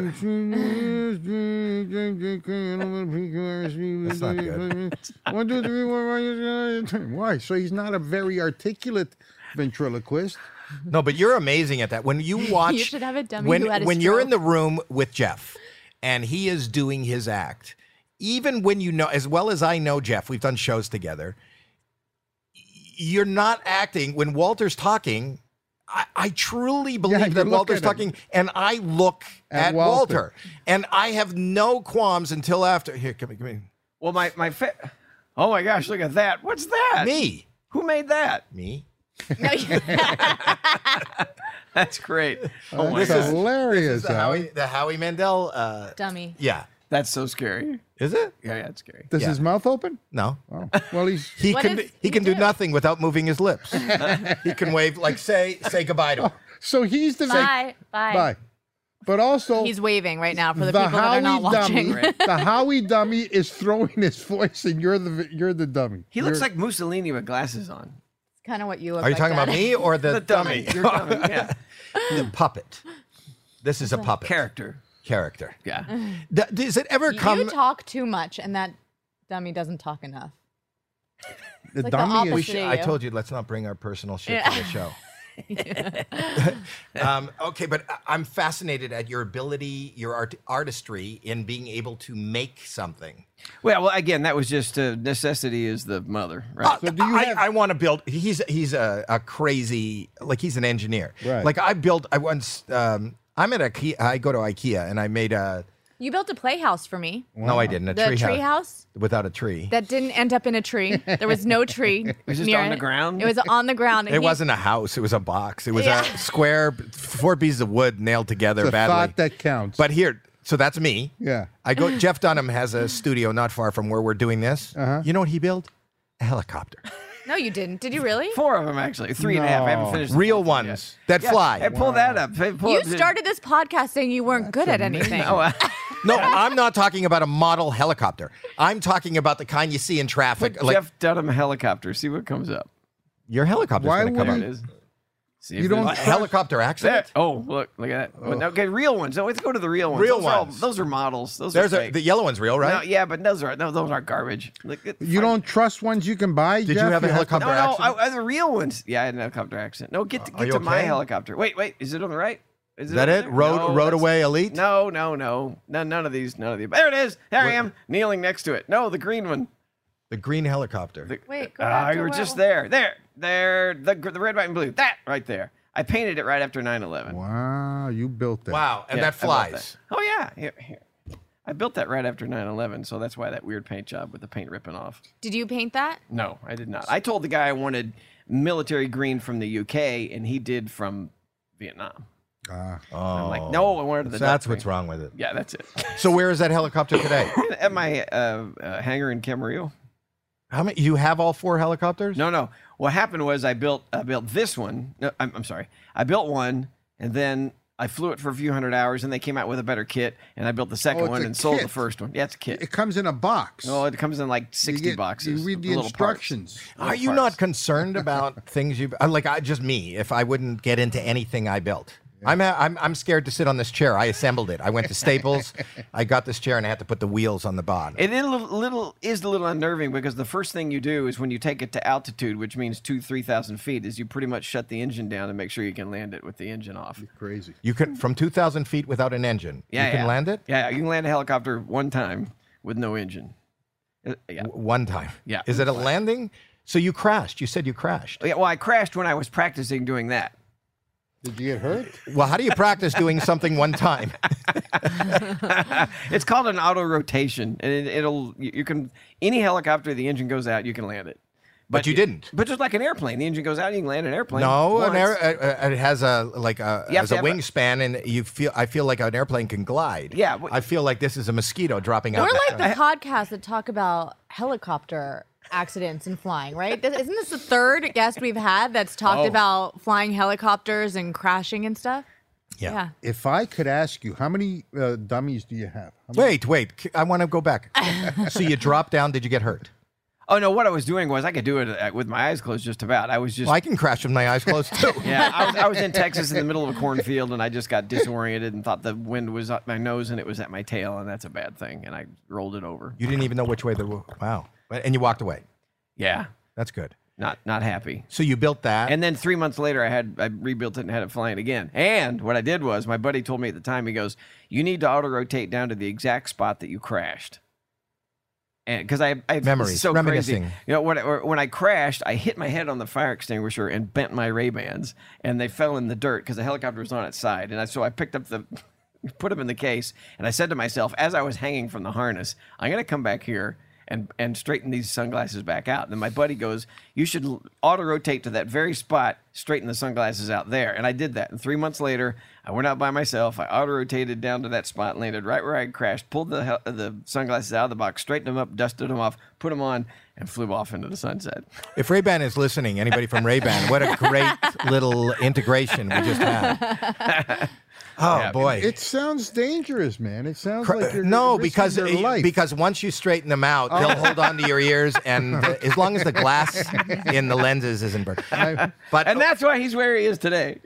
[SPEAKER 4] That's
[SPEAKER 2] not good.
[SPEAKER 4] One, two, three, four, five, six, seven, eight. Why? So he's not a very articulate ventriloquist.
[SPEAKER 2] No, but you're amazing at that. When you watch,
[SPEAKER 7] should have a dummy
[SPEAKER 2] when
[SPEAKER 7] who had a
[SPEAKER 2] when you're in the
[SPEAKER 7] stroke.
[SPEAKER 2] room with Jeff, and he is doing his act, even when you know as well as I know Jeff, we've done shows together. You're not acting when Walter's talking. I, I truly believe
[SPEAKER 4] you
[SPEAKER 2] that
[SPEAKER 4] look
[SPEAKER 2] Walter's
[SPEAKER 4] at him.
[SPEAKER 2] talking, and I look at,
[SPEAKER 4] At
[SPEAKER 2] Walter.
[SPEAKER 4] Walter.
[SPEAKER 2] and I have no qualms until after. Here, come here, come
[SPEAKER 1] Well, my my fa- Oh my gosh, look at that. What's that?
[SPEAKER 2] here. me,
[SPEAKER 1] Who made that?
[SPEAKER 2] me.
[SPEAKER 3] No, you-
[SPEAKER 1] That's great. Oh my
[SPEAKER 4] That's
[SPEAKER 1] god.
[SPEAKER 4] hilarious,
[SPEAKER 2] The
[SPEAKER 4] Howie.
[SPEAKER 2] Howie, the Howie Mandel. Uh,
[SPEAKER 7] Dummy.
[SPEAKER 2] yeah,
[SPEAKER 1] That's so scary.
[SPEAKER 2] is it?
[SPEAKER 1] Yeah, yeah, it's scary.
[SPEAKER 4] Does
[SPEAKER 2] Yeah.
[SPEAKER 4] his mouth open?
[SPEAKER 2] No.
[SPEAKER 4] Oh. Well, he's
[SPEAKER 2] He
[SPEAKER 7] What
[SPEAKER 2] can
[SPEAKER 7] if
[SPEAKER 2] he
[SPEAKER 7] you
[SPEAKER 2] can do,
[SPEAKER 7] do?
[SPEAKER 2] nothing without moving his lips. he can wave like say say goodbye to him.
[SPEAKER 4] so he's the
[SPEAKER 7] Bye. Bye.
[SPEAKER 4] Bye. But also,
[SPEAKER 7] He's waving right now for the,
[SPEAKER 4] the
[SPEAKER 7] people that are not
[SPEAKER 4] Howie
[SPEAKER 7] watching.
[SPEAKER 4] dummy, the Howie dummy is throwing his voice, and you're the you're the dummy.
[SPEAKER 1] He looks
[SPEAKER 4] You're-
[SPEAKER 1] like Mussolini with glasses on.
[SPEAKER 7] kind of what you look
[SPEAKER 2] Are you
[SPEAKER 7] like,
[SPEAKER 2] talking about
[SPEAKER 7] Dad.
[SPEAKER 2] me or the,
[SPEAKER 1] The dummy. You're dummy. Yeah.
[SPEAKER 2] the puppet? This is a puppet
[SPEAKER 1] Character.
[SPEAKER 2] character.
[SPEAKER 1] Yeah.
[SPEAKER 2] D- Does it ever
[SPEAKER 7] You,
[SPEAKER 2] come?
[SPEAKER 7] you talk too much, and that dummy doesn't talk enough.
[SPEAKER 4] the
[SPEAKER 7] like the
[SPEAKER 4] dummy
[SPEAKER 7] opposite
[SPEAKER 4] is
[SPEAKER 7] of to
[SPEAKER 2] I
[SPEAKER 7] you.
[SPEAKER 2] told you, let's not bring our personal shit to the show. um, okay, but I- I'm fascinated at your ability, your art- artistry in being able to make something.
[SPEAKER 1] Well, well, again, that was just uh, necessity is the mother, right?
[SPEAKER 4] So do you
[SPEAKER 2] Uh, I,
[SPEAKER 4] have-
[SPEAKER 2] I want to build. He's he's a, a crazy like he's an engineer.
[SPEAKER 4] Right.
[SPEAKER 2] Like I built. I once. Um, I'm at IKEA. I go to IKEA and I made a.
[SPEAKER 7] You built a playhouse for me.
[SPEAKER 2] No, I didn't. A
[SPEAKER 7] The
[SPEAKER 2] tree,
[SPEAKER 7] tree house
[SPEAKER 2] without a tree.
[SPEAKER 7] that didn't end up in a tree. There was no tree. it
[SPEAKER 1] was just on the ground?
[SPEAKER 7] It was on the ground. and
[SPEAKER 2] it
[SPEAKER 7] he-
[SPEAKER 2] wasn't a house. It was a box. It was
[SPEAKER 7] Yeah.
[SPEAKER 2] a square, four pieces of wood nailed together
[SPEAKER 4] the
[SPEAKER 2] badly.
[SPEAKER 4] thought that counts.
[SPEAKER 2] but here, so that's me.
[SPEAKER 4] Yeah.
[SPEAKER 2] I go. Jeff Dunham has a studio not far from where we're doing this. Uh-huh. You know what he built? A helicopter.
[SPEAKER 7] No, you didn't. Did you really?
[SPEAKER 1] Four of them actually, Three and a half. I haven't
[SPEAKER 4] No.
[SPEAKER 1] finished. the
[SPEAKER 2] Real
[SPEAKER 1] fourth one yet.
[SPEAKER 2] ones that
[SPEAKER 1] Yeah,
[SPEAKER 2] fly.
[SPEAKER 1] Hey, pull that up. Hey, pull
[SPEAKER 7] You
[SPEAKER 1] up the-
[SPEAKER 7] started this podcast saying you weren't good at anything.
[SPEAKER 1] Oh, uh,
[SPEAKER 2] No, I'm not talking about a model helicopter. I'm talking about the kind you see in traffic.
[SPEAKER 1] put Jeff Dunham helicopter. See what comes up.
[SPEAKER 2] your helicopter's
[SPEAKER 4] Why
[SPEAKER 2] going to
[SPEAKER 4] would
[SPEAKER 2] come
[SPEAKER 1] There
[SPEAKER 2] out.
[SPEAKER 1] it
[SPEAKER 4] you-
[SPEAKER 1] is. See
[SPEAKER 4] You
[SPEAKER 1] if
[SPEAKER 4] don't-
[SPEAKER 2] A
[SPEAKER 1] there's-
[SPEAKER 2] helicopter
[SPEAKER 1] There-
[SPEAKER 2] accident?
[SPEAKER 1] Oh, look, look at that. Well, Okay, real ones. No, let's go to the real ones.
[SPEAKER 2] Real
[SPEAKER 1] those Are all-
[SPEAKER 2] ones.
[SPEAKER 1] those are models. Those
[SPEAKER 2] There's
[SPEAKER 1] are
[SPEAKER 2] a,
[SPEAKER 1] fake.
[SPEAKER 2] the yellow one's real,
[SPEAKER 1] No,
[SPEAKER 2] right?
[SPEAKER 1] yeah, but those are no, those aren't garbage. Look, it-
[SPEAKER 4] you don't trust ones you can buy.
[SPEAKER 2] Did you have a helicopter
[SPEAKER 1] No, no, I,
[SPEAKER 2] accident?
[SPEAKER 1] I- the real ones. Yeah, I had an helicopter accident. No, get to,
[SPEAKER 2] Are
[SPEAKER 1] get
[SPEAKER 2] you
[SPEAKER 1] to my
[SPEAKER 2] okay?
[SPEAKER 1] helicopter. Wait, wait, is it on the right?
[SPEAKER 2] Is that
[SPEAKER 1] on
[SPEAKER 2] it?
[SPEAKER 1] there?
[SPEAKER 2] Road
[SPEAKER 1] No,
[SPEAKER 2] road
[SPEAKER 1] that's-
[SPEAKER 2] away elite?
[SPEAKER 1] No, no, no, no, none of these, none of these. There it is. There I
[SPEAKER 2] What-
[SPEAKER 1] am, kneeling next to it. No, the green one.
[SPEAKER 2] The green helicopter.
[SPEAKER 1] The-
[SPEAKER 7] Wait, go
[SPEAKER 1] Ah,
[SPEAKER 7] back to
[SPEAKER 1] you were
[SPEAKER 7] what-
[SPEAKER 1] just there. There, there. The gr- the red, white, and blue. That right there. I painted it right after 9-11.
[SPEAKER 4] Wow, you built that.
[SPEAKER 2] wow, and
[SPEAKER 1] Yeah,
[SPEAKER 2] that
[SPEAKER 1] I bought
[SPEAKER 2] flies.
[SPEAKER 1] that. Oh yeah, here, here. I built that right after 9/11, so that's why that weird paint job with the paint ripping off.
[SPEAKER 7] Did you paint that?
[SPEAKER 1] No, I did not. I told the guy I wanted military green from the UK, and he did from Vietnam.
[SPEAKER 4] Ah.
[SPEAKER 2] Oh,
[SPEAKER 1] I'm like, no, I wanted the.
[SPEAKER 2] So that's
[SPEAKER 1] dark
[SPEAKER 2] what's
[SPEAKER 1] green.
[SPEAKER 2] wrong with it.
[SPEAKER 1] Yeah, that's it.
[SPEAKER 2] So where is that helicopter today?
[SPEAKER 1] At my uh, uh, hangar in Camarillo.
[SPEAKER 2] How many? You have all four helicopters?
[SPEAKER 1] No, no. What happened was I built I built this one. No, I'm, I'm sorry. I built one and then I flew it for a few hundred hours and they came out with a better kit and I built the second
[SPEAKER 4] Oh,
[SPEAKER 1] one
[SPEAKER 4] it's a
[SPEAKER 1] and sold the
[SPEAKER 4] kit.
[SPEAKER 1] first one. Yeah, it's a kit.
[SPEAKER 4] It comes in a box.
[SPEAKER 1] oh, it comes in like 60
[SPEAKER 4] get- you
[SPEAKER 1] boxes.
[SPEAKER 4] read
[SPEAKER 1] of
[SPEAKER 4] the
[SPEAKER 1] little parts.
[SPEAKER 4] instructions.
[SPEAKER 2] Are you
[SPEAKER 1] parts.
[SPEAKER 2] not concerned about things you like? I just me. If I wouldn't get into anything I built, I'm, ha- I'm I'm scared to sit on this chair. I assembled it. I went to Staples. I got this chair and I had to put the wheels on the bottom.
[SPEAKER 1] It is a little, little is a little unnerving because the first thing you do is when you take it to altitude, which means two three thousand feet, is you pretty much shut the engine down and make sure you can land it with the engine off.
[SPEAKER 4] Crazy.
[SPEAKER 2] you can from 2,000 feet without an engine.
[SPEAKER 1] Yeah,
[SPEAKER 2] you can
[SPEAKER 1] yeah.
[SPEAKER 2] land it
[SPEAKER 1] Yeah, you can land a helicopter one time with no engine. Uh, yeah.
[SPEAKER 2] W- one time.
[SPEAKER 1] Yeah.
[SPEAKER 2] Is it a landing? So you crashed. You said you crashed.
[SPEAKER 1] yeah. Well, I crashed when I was practicing doing that.
[SPEAKER 4] Did you get hurt?
[SPEAKER 2] Well, how do you practice doing something one time?
[SPEAKER 1] It's called an auto rotation, and it, it'll you, you can any helicopter the engine goes out, you can land it.
[SPEAKER 2] But you didn't.
[SPEAKER 1] But just like an airplane, the engine goes out, you can land an airplane.
[SPEAKER 2] No, an air,
[SPEAKER 1] once.
[SPEAKER 2] uh, uh, it has a like a
[SPEAKER 1] You have
[SPEAKER 2] has
[SPEAKER 1] to
[SPEAKER 2] a
[SPEAKER 1] have a-
[SPEAKER 2] wingspan, and you feel. I feel like an airplane can glide.
[SPEAKER 1] Yeah, w-
[SPEAKER 2] I feel like this is a mosquito dropping
[SPEAKER 7] We're
[SPEAKER 2] out.
[SPEAKER 7] like the podcast that talk about helicopter accidents and flying, right? This, isn't this the third guest we've had that's talked
[SPEAKER 1] Oh.
[SPEAKER 7] about flying helicopters and crashing and stuff?
[SPEAKER 2] Yeah.
[SPEAKER 4] If I could ask you, how many uh, dummies do you have? How many-
[SPEAKER 2] Wait, wait. c- I want to go back. so you dropped down. Did you get hurt?
[SPEAKER 1] Oh no, what I was doing was I could do it uh, with my eyes closed, just about. I was just
[SPEAKER 2] Well, I can crash with my eyes closed too.
[SPEAKER 1] Yeah, I was, I was in Texas in the middle of a cornfield, and I just got disoriented and thought the wind was up my nose and it was at my tail, and that's a bad thing. And I rolled it over.
[SPEAKER 2] You didn't even know which way the wow. And you walked away.
[SPEAKER 1] Yeah,
[SPEAKER 2] That's good.
[SPEAKER 1] not not happy.
[SPEAKER 2] So you built that.
[SPEAKER 1] And then three months later, I had I rebuilt it and had it flying again. And what I did was, my buddy told me at the time, he goes, "You need to auto rotate down to the exact spot that you crashed." And because I, I it's
[SPEAKER 2] Memories,
[SPEAKER 1] so
[SPEAKER 2] reminiscing.
[SPEAKER 1] crazy. You know, when I, when I crashed, I hit my head on the fire extinguisher and bent my Ray Bans, and they fell in the dirt because the helicopter was on its side. And I, so I picked up the. Put them in the case, and I said to myself, as I was hanging from the harness, I'm going to come back here and and straighten these sunglasses back out. And then my buddy goes, "You should auto rotate to that very spot, straighten the sunglasses out there." And I did that. And three months later, I went out by myself. I auto rotated down to that spot, landed right where I had crashed, pulled the hel- the sunglasses out of the box, straightened them up, dusted them off, put them on, and flew off into the sunset.
[SPEAKER 2] if Ray Ban is listening, anybody from Ray Ban, what a great little integration we just had. Oh boy.
[SPEAKER 4] It sounds dangerous, man. It sounds
[SPEAKER 2] Cr-
[SPEAKER 4] like you're
[SPEAKER 2] no,
[SPEAKER 4] risking
[SPEAKER 2] because
[SPEAKER 4] their
[SPEAKER 2] you-
[SPEAKER 4] life. Oh.
[SPEAKER 2] because once you straighten them out, they'll hold on to your ears, and uh, as long as the glass in the lenses isn't burned. But
[SPEAKER 1] And that's why he's where he is today.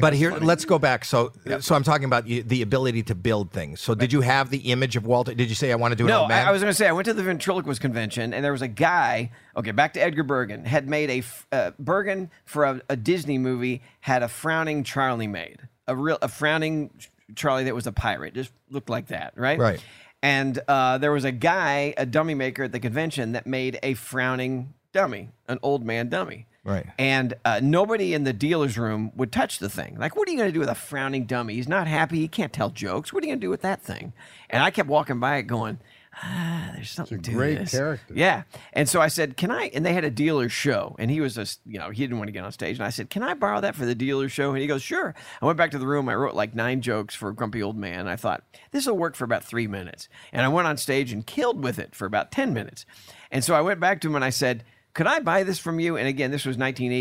[SPEAKER 2] but here, let's go back. So so I'm talking about you, the ability to build things. So did you have the image of Walter? Did you say I want to do an
[SPEAKER 1] No,
[SPEAKER 2] old man?
[SPEAKER 1] I, I was going to say I went to the ventriloquist convention, and there was a guy. Okay, back to Edgar Bergen had made a f- uh, Bergen for a, a Disney movie had a frowning Charlie made a real a frowning Charlie that was a pirate, just looked like that, right?
[SPEAKER 2] Right.
[SPEAKER 1] And uh, there was a guy, a dummy maker at the convention, that made a frowning dummy, an old man dummy.
[SPEAKER 2] Right.
[SPEAKER 1] And uh, nobody in the dealer's room would touch the thing. Like, what are you going to do with a frowning dummy? He's not happy. He can't tell jokes. What are you going to do with that thing? And I kept walking by it going, ah, there's something to
[SPEAKER 4] great
[SPEAKER 1] this.
[SPEAKER 4] character.
[SPEAKER 1] Yeah. And so I said, can I? And they had a dealer show. And he was a, s- you know, he didn't want to get on stage. And I said, can I borrow that for the dealer show? And he goes, sure. I went back to the room. I wrote like nine jokes for Grumpy Old Man. I thought, this will work for about three minutes. And I went on stage and killed with it for about 10 minutes. And so I went back to him and I said, could I buy this from you? And again, this was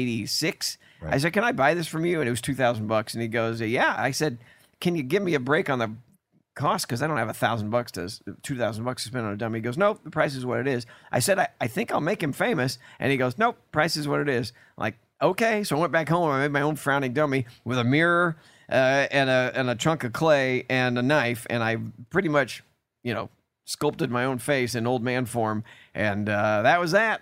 [SPEAKER 1] 1986. I said, can I buy this from you? And it was 2000 bucks. And he goes, yeah. I said, can you give me a break on the cost because I don't have a thousand bucks to two thousand bucks to spend on a dummy. He goes, nope, the price is what it is. I said, I, I think I'll make him famous, and he goes, nope, price is what it is. I'm like, okay, so I went back home. I made my own frowning dummy with a mirror uh, and a and a chunk of clay and a knife, and I pretty much, you know, sculpted my own face in old man form, and uh, that was that.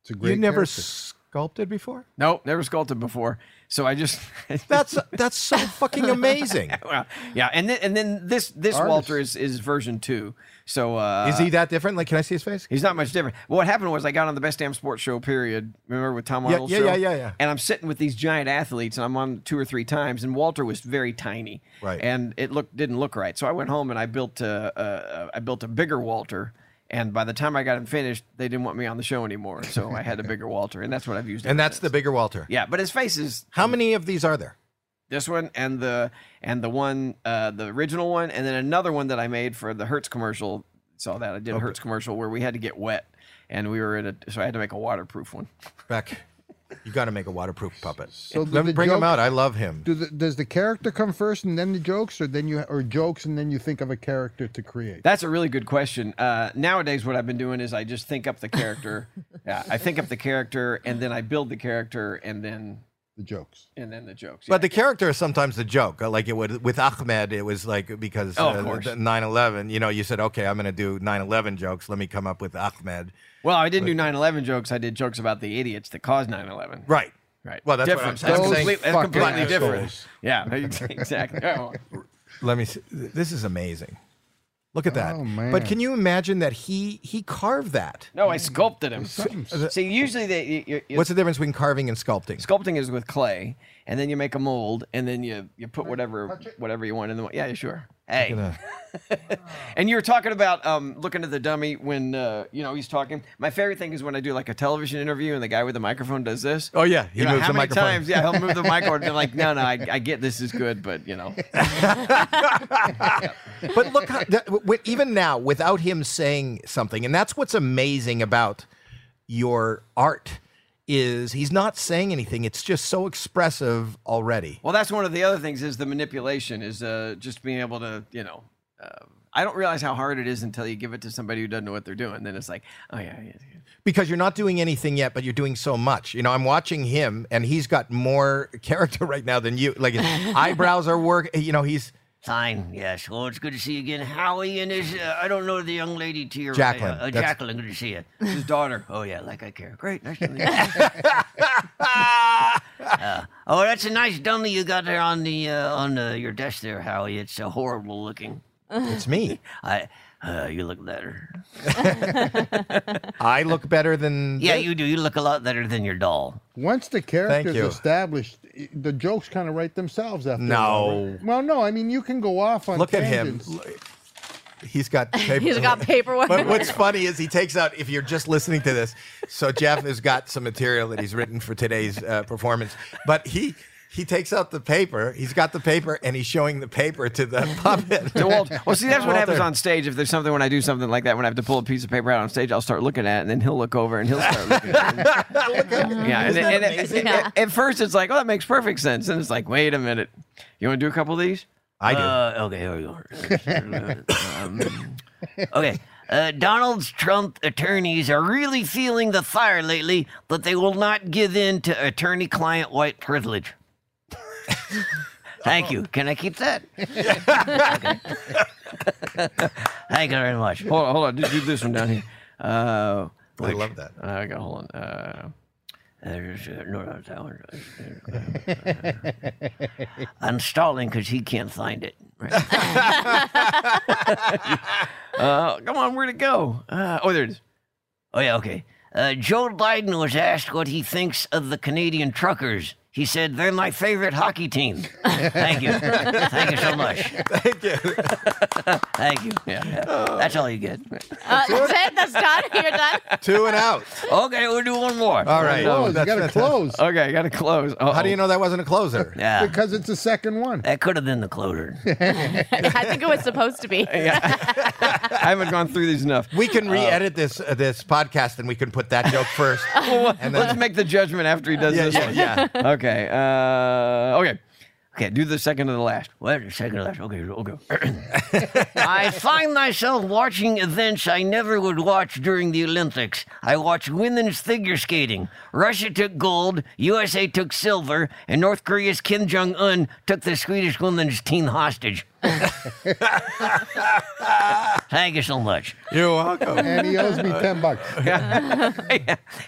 [SPEAKER 4] it's a great
[SPEAKER 2] you never
[SPEAKER 4] character.
[SPEAKER 2] sculpted before.
[SPEAKER 1] Nope, never sculpted before. So I just
[SPEAKER 2] That's that's so fucking amazing.
[SPEAKER 1] well, yeah, and then and then this this
[SPEAKER 4] Artist.
[SPEAKER 1] Walter is is version two. So uh,
[SPEAKER 2] Is he that different? Like, can I see his face?
[SPEAKER 1] He's not much different. What happened was I got on the best damn sports show period. Remember with Tom
[SPEAKER 2] Yeah,
[SPEAKER 1] Arnold's
[SPEAKER 2] yeah,
[SPEAKER 1] show?
[SPEAKER 2] yeah, yeah, yeah.
[SPEAKER 1] And I'm sitting with these giant athletes, and I'm on two or three times. And Walter was very tiny,
[SPEAKER 2] Right.
[SPEAKER 1] And it looked didn't look right. So I went home and I built a, a, a I built a bigger Walter. And by the time I got him finished, they didn't want me on the show anymore. So I had a bigger Walter, and that's what I've used.
[SPEAKER 2] And
[SPEAKER 1] ever
[SPEAKER 2] that's the
[SPEAKER 1] since.
[SPEAKER 2] bigger Walter.
[SPEAKER 1] yeah. But his face is
[SPEAKER 2] How many of these are there?
[SPEAKER 1] this one and the and the one uh, the original one, and then another one that I made for the Hertz commercial
[SPEAKER 8] saw that. I did a Hertz commercial where we had to get wet, and we were in a so I had to make a waterproof one.
[SPEAKER 2] Beck, you got to make a waterproof puppet.
[SPEAKER 4] So
[SPEAKER 2] Let me
[SPEAKER 4] the
[SPEAKER 2] bring him
[SPEAKER 4] joke-
[SPEAKER 2] out. I love him.
[SPEAKER 4] Do the, does the character come first and then the jokes, or then you or jokes and then you think of a character to create?
[SPEAKER 8] That's a really good question. Uh, nowadays, what I've been doing is I just think up the character. yeah, I think up the character, and then I build the character, and then
[SPEAKER 4] the jokes.
[SPEAKER 8] and then the jokes.
[SPEAKER 2] But
[SPEAKER 8] yeah.
[SPEAKER 2] the character is sometimes the joke. Uh, Like it would with Ahmed, it was like because
[SPEAKER 8] Oh, of
[SPEAKER 2] uh,
[SPEAKER 8] course.
[SPEAKER 2] the 9/11. You know, you said, okay, I'm going to do 9/11 jokes. Let me come up with Ahmed.
[SPEAKER 8] well, I didn't do 9/11 jokes. I did jokes about the idiots that caused 9/11.
[SPEAKER 2] Right.
[SPEAKER 8] Right.
[SPEAKER 2] Well, that's what I'm
[SPEAKER 8] different.
[SPEAKER 2] saying.
[SPEAKER 8] That's
[SPEAKER 2] Those
[SPEAKER 8] complete- that's
[SPEAKER 4] fucking
[SPEAKER 8] completely different.
[SPEAKER 4] assholes.
[SPEAKER 8] Yeah, exactly. Oh,
[SPEAKER 2] Let me. See. This is amazing. Look at that.
[SPEAKER 4] Oh, man.
[SPEAKER 2] But can you imagine that he he carved that?
[SPEAKER 8] No, I sculpted him.
[SPEAKER 4] Something's-
[SPEAKER 8] See, usually they you, you, you-
[SPEAKER 2] What's the difference between carving and sculpting?
[SPEAKER 8] sculpting is with clay, and then you make a mold, and then you you put whatever whatever you want in the mold. Yeah, sure. Hey, and you were talking about um, looking at the dummy when uh, you know he's talking. My favorite thing is when I do like a television interview and the guy with the microphone does this.
[SPEAKER 2] Oh, yeah. He
[SPEAKER 8] you know,
[SPEAKER 2] moves
[SPEAKER 8] how
[SPEAKER 2] the
[SPEAKER 8] many
[SPEAKER 2] microphone.
[SPEAKER 8] times? Yeah, he'll move the microphone and be like, "No, no, I, I get this is good, but you know,
[SPEAKER 2] but look, how, that, w- even now, without him saying something, and that's what's amazing about your art is he's not saying anything. It's just so expressive already.
[SPEAKER 8] Well, that's one of the other things is the manipulation is uh, just being able to, you know, uh, I don't realize how hard it is until you give it to somebody who doesn't know what they're doing. Then it's like, oh yeah, yeah, yeah.
[SPEAKER 2] because you're not doing anything yet, but you're doing so much. You know, I'm watching him, and he's got more character right now than you. Like his eyebrows are work. You know, he's
[SPEAKER 1] Fine, yes. Well, it's good to see you again, Howie. And is uh, I don't know the young lady to your
[SPEAKER 2] Jacqueline.
[SPEAKER 1] right. Uh,
[SPEAKER 2] That's-
[SPEAKER 1] Jacqueline, good to see you.
[SPEAKER 8] It's his daughter.
[SPEAKER 1] Oh yeah, like I care. Great, nice to meet you. Uh, oh, that's a nice dummy you got there on the uh, on uh, your desk there, Howie. It's uh, horrible looking.
[SPEAKER 2] it's me.
[SPEAKER 1] I. Uh, you look better.
[SPEAKER 2] I look better than
[SPEAKER 1] Yeah, you do. You look a lot better than your doll.
[SPEAKER 4] Once the character's
[SPEAKER 2] you.
[SPEAKER 4] established, i- the jokes kind of write themselves after. a
[SPEAKER 2] No.
[SPEAKER 4] while, right? Well, no. I mean, you can go off on.
[SPEAKER 2] Look at him.
[SPEAKER 4] tangents.
[SPEAKER 2] He's got paper.
[SPEAKER 7] He's got paperwork.
[SPEAKER 2] But what's funny is he takes out, if you're just listening to this, so Jeff has got some material that he's written for today's uh, performance, but he he takes out the paper, he's got the paper, and he's showing the paper to the puppet.
[SPEAKER 8] So, Walt- well, see, that's what happens
[SPEAKER 2] Walter.
[SPEAKER 8] on stage. If there's something when I do something like that, when I have to pull a piece of paper out on stage, I'll start looking at it, and then he'll look over and he'll start looking at it.
[SPEAKER 2] Look at him.
[SPEAKER 8] Yeah, and,
[SPEAKER 2] Isn't that
[SPEAKER 8] and-
[SPEAKER 2] amazing?
[SPEAKER 8] and-
[SPEAKER 7] Yeah.
[SPEAKER 8] at first it's like, oh, that makes perfect sense, and it's like, wait a minute, you want to do a couple of these?
[SPEAKER 2] I do.
[SPEAKER 1] Uh, okay, here we go. Um, okay. Uh, Donald's Trump attorneys are really feeling the fire lately, but they will not give in to attorney client white privilege. Thank you. Can I keep that? Okay. Thank you very much.
[SPEAKER 8] Hold on, hold on, just do this one down here. Uh,
[SPEAKER 2] I love that.
[SPEAKER 8] uh, I got hold on. Uh,
[SPEAKER 1] There's, uh, no, no, that one. I'm stalling because he can't find it. Right. Uh,
[SPEAKER 8] Oh, come on, where'd it go? Uh, oh, there it is.
[SPEAKER 1] Oh, yeah, okay. Uh, Joe Biden was asked what he thinks of the Canadian truckers. He said, They're my favorite hockey team. Thank you. Thank you so much.
[SPEAKER 2] Thank you.
[SPEAKER 1] Thank you. Yeah, yeah. That's all you get.
[SPEAKER 7] Uh, that's it. That's done. You're done.
[SPEAKER 2] Two and out.
[SPEAKER 1] Okay, we'll do one more.
[SPEAKER 2] All right.
[SPEAKER 4] Close. You
[SPEAKER 2] That's- Oh,
[SPEAKER 4] got to
[SPEAKER 2] that's-
[SPEAKER 4] close
[SPEAKER 8] Okay, I gotta close.
[SPEAKER 2] How do you know that wasn't a closer?
[SPEAKER 1] Yeah.
[SPEAKER 4] because it's the second one.
[SPEAKER 1] That could have been the closer.
[SPEAKER 7] I think it was supposed to be.
[SPEAKER 8] I haven't gone through these enough.
[SPEAKER 2] We can re-edit this uh, this podcast and we can put that joke first. and then,
[SPEAKER 8] Let's make the judgment after he does
[SPEAKER 2] yeah,
[SPEAKER 8] this
[SPEAKER 2] yeah,
[SPEAKER 8] one.
[SPEAKER 2] yeah.
[SPEAKER 8] Okay. Uh, okay. Okay. Do the second to the last.
[SPEAKER 1] Wait a second. Last. Okay, okay. I find myself watching events I never would watch during the Olympics. I watch women's figure skating. Russia took gold, USA took silver, and North Korea's Kim Jong Un took the Swedish women's team hostage. Thank you so much.
[SPEAKER 2] You're welcome.
[SPEAKER 4] And he owes me ten bucks.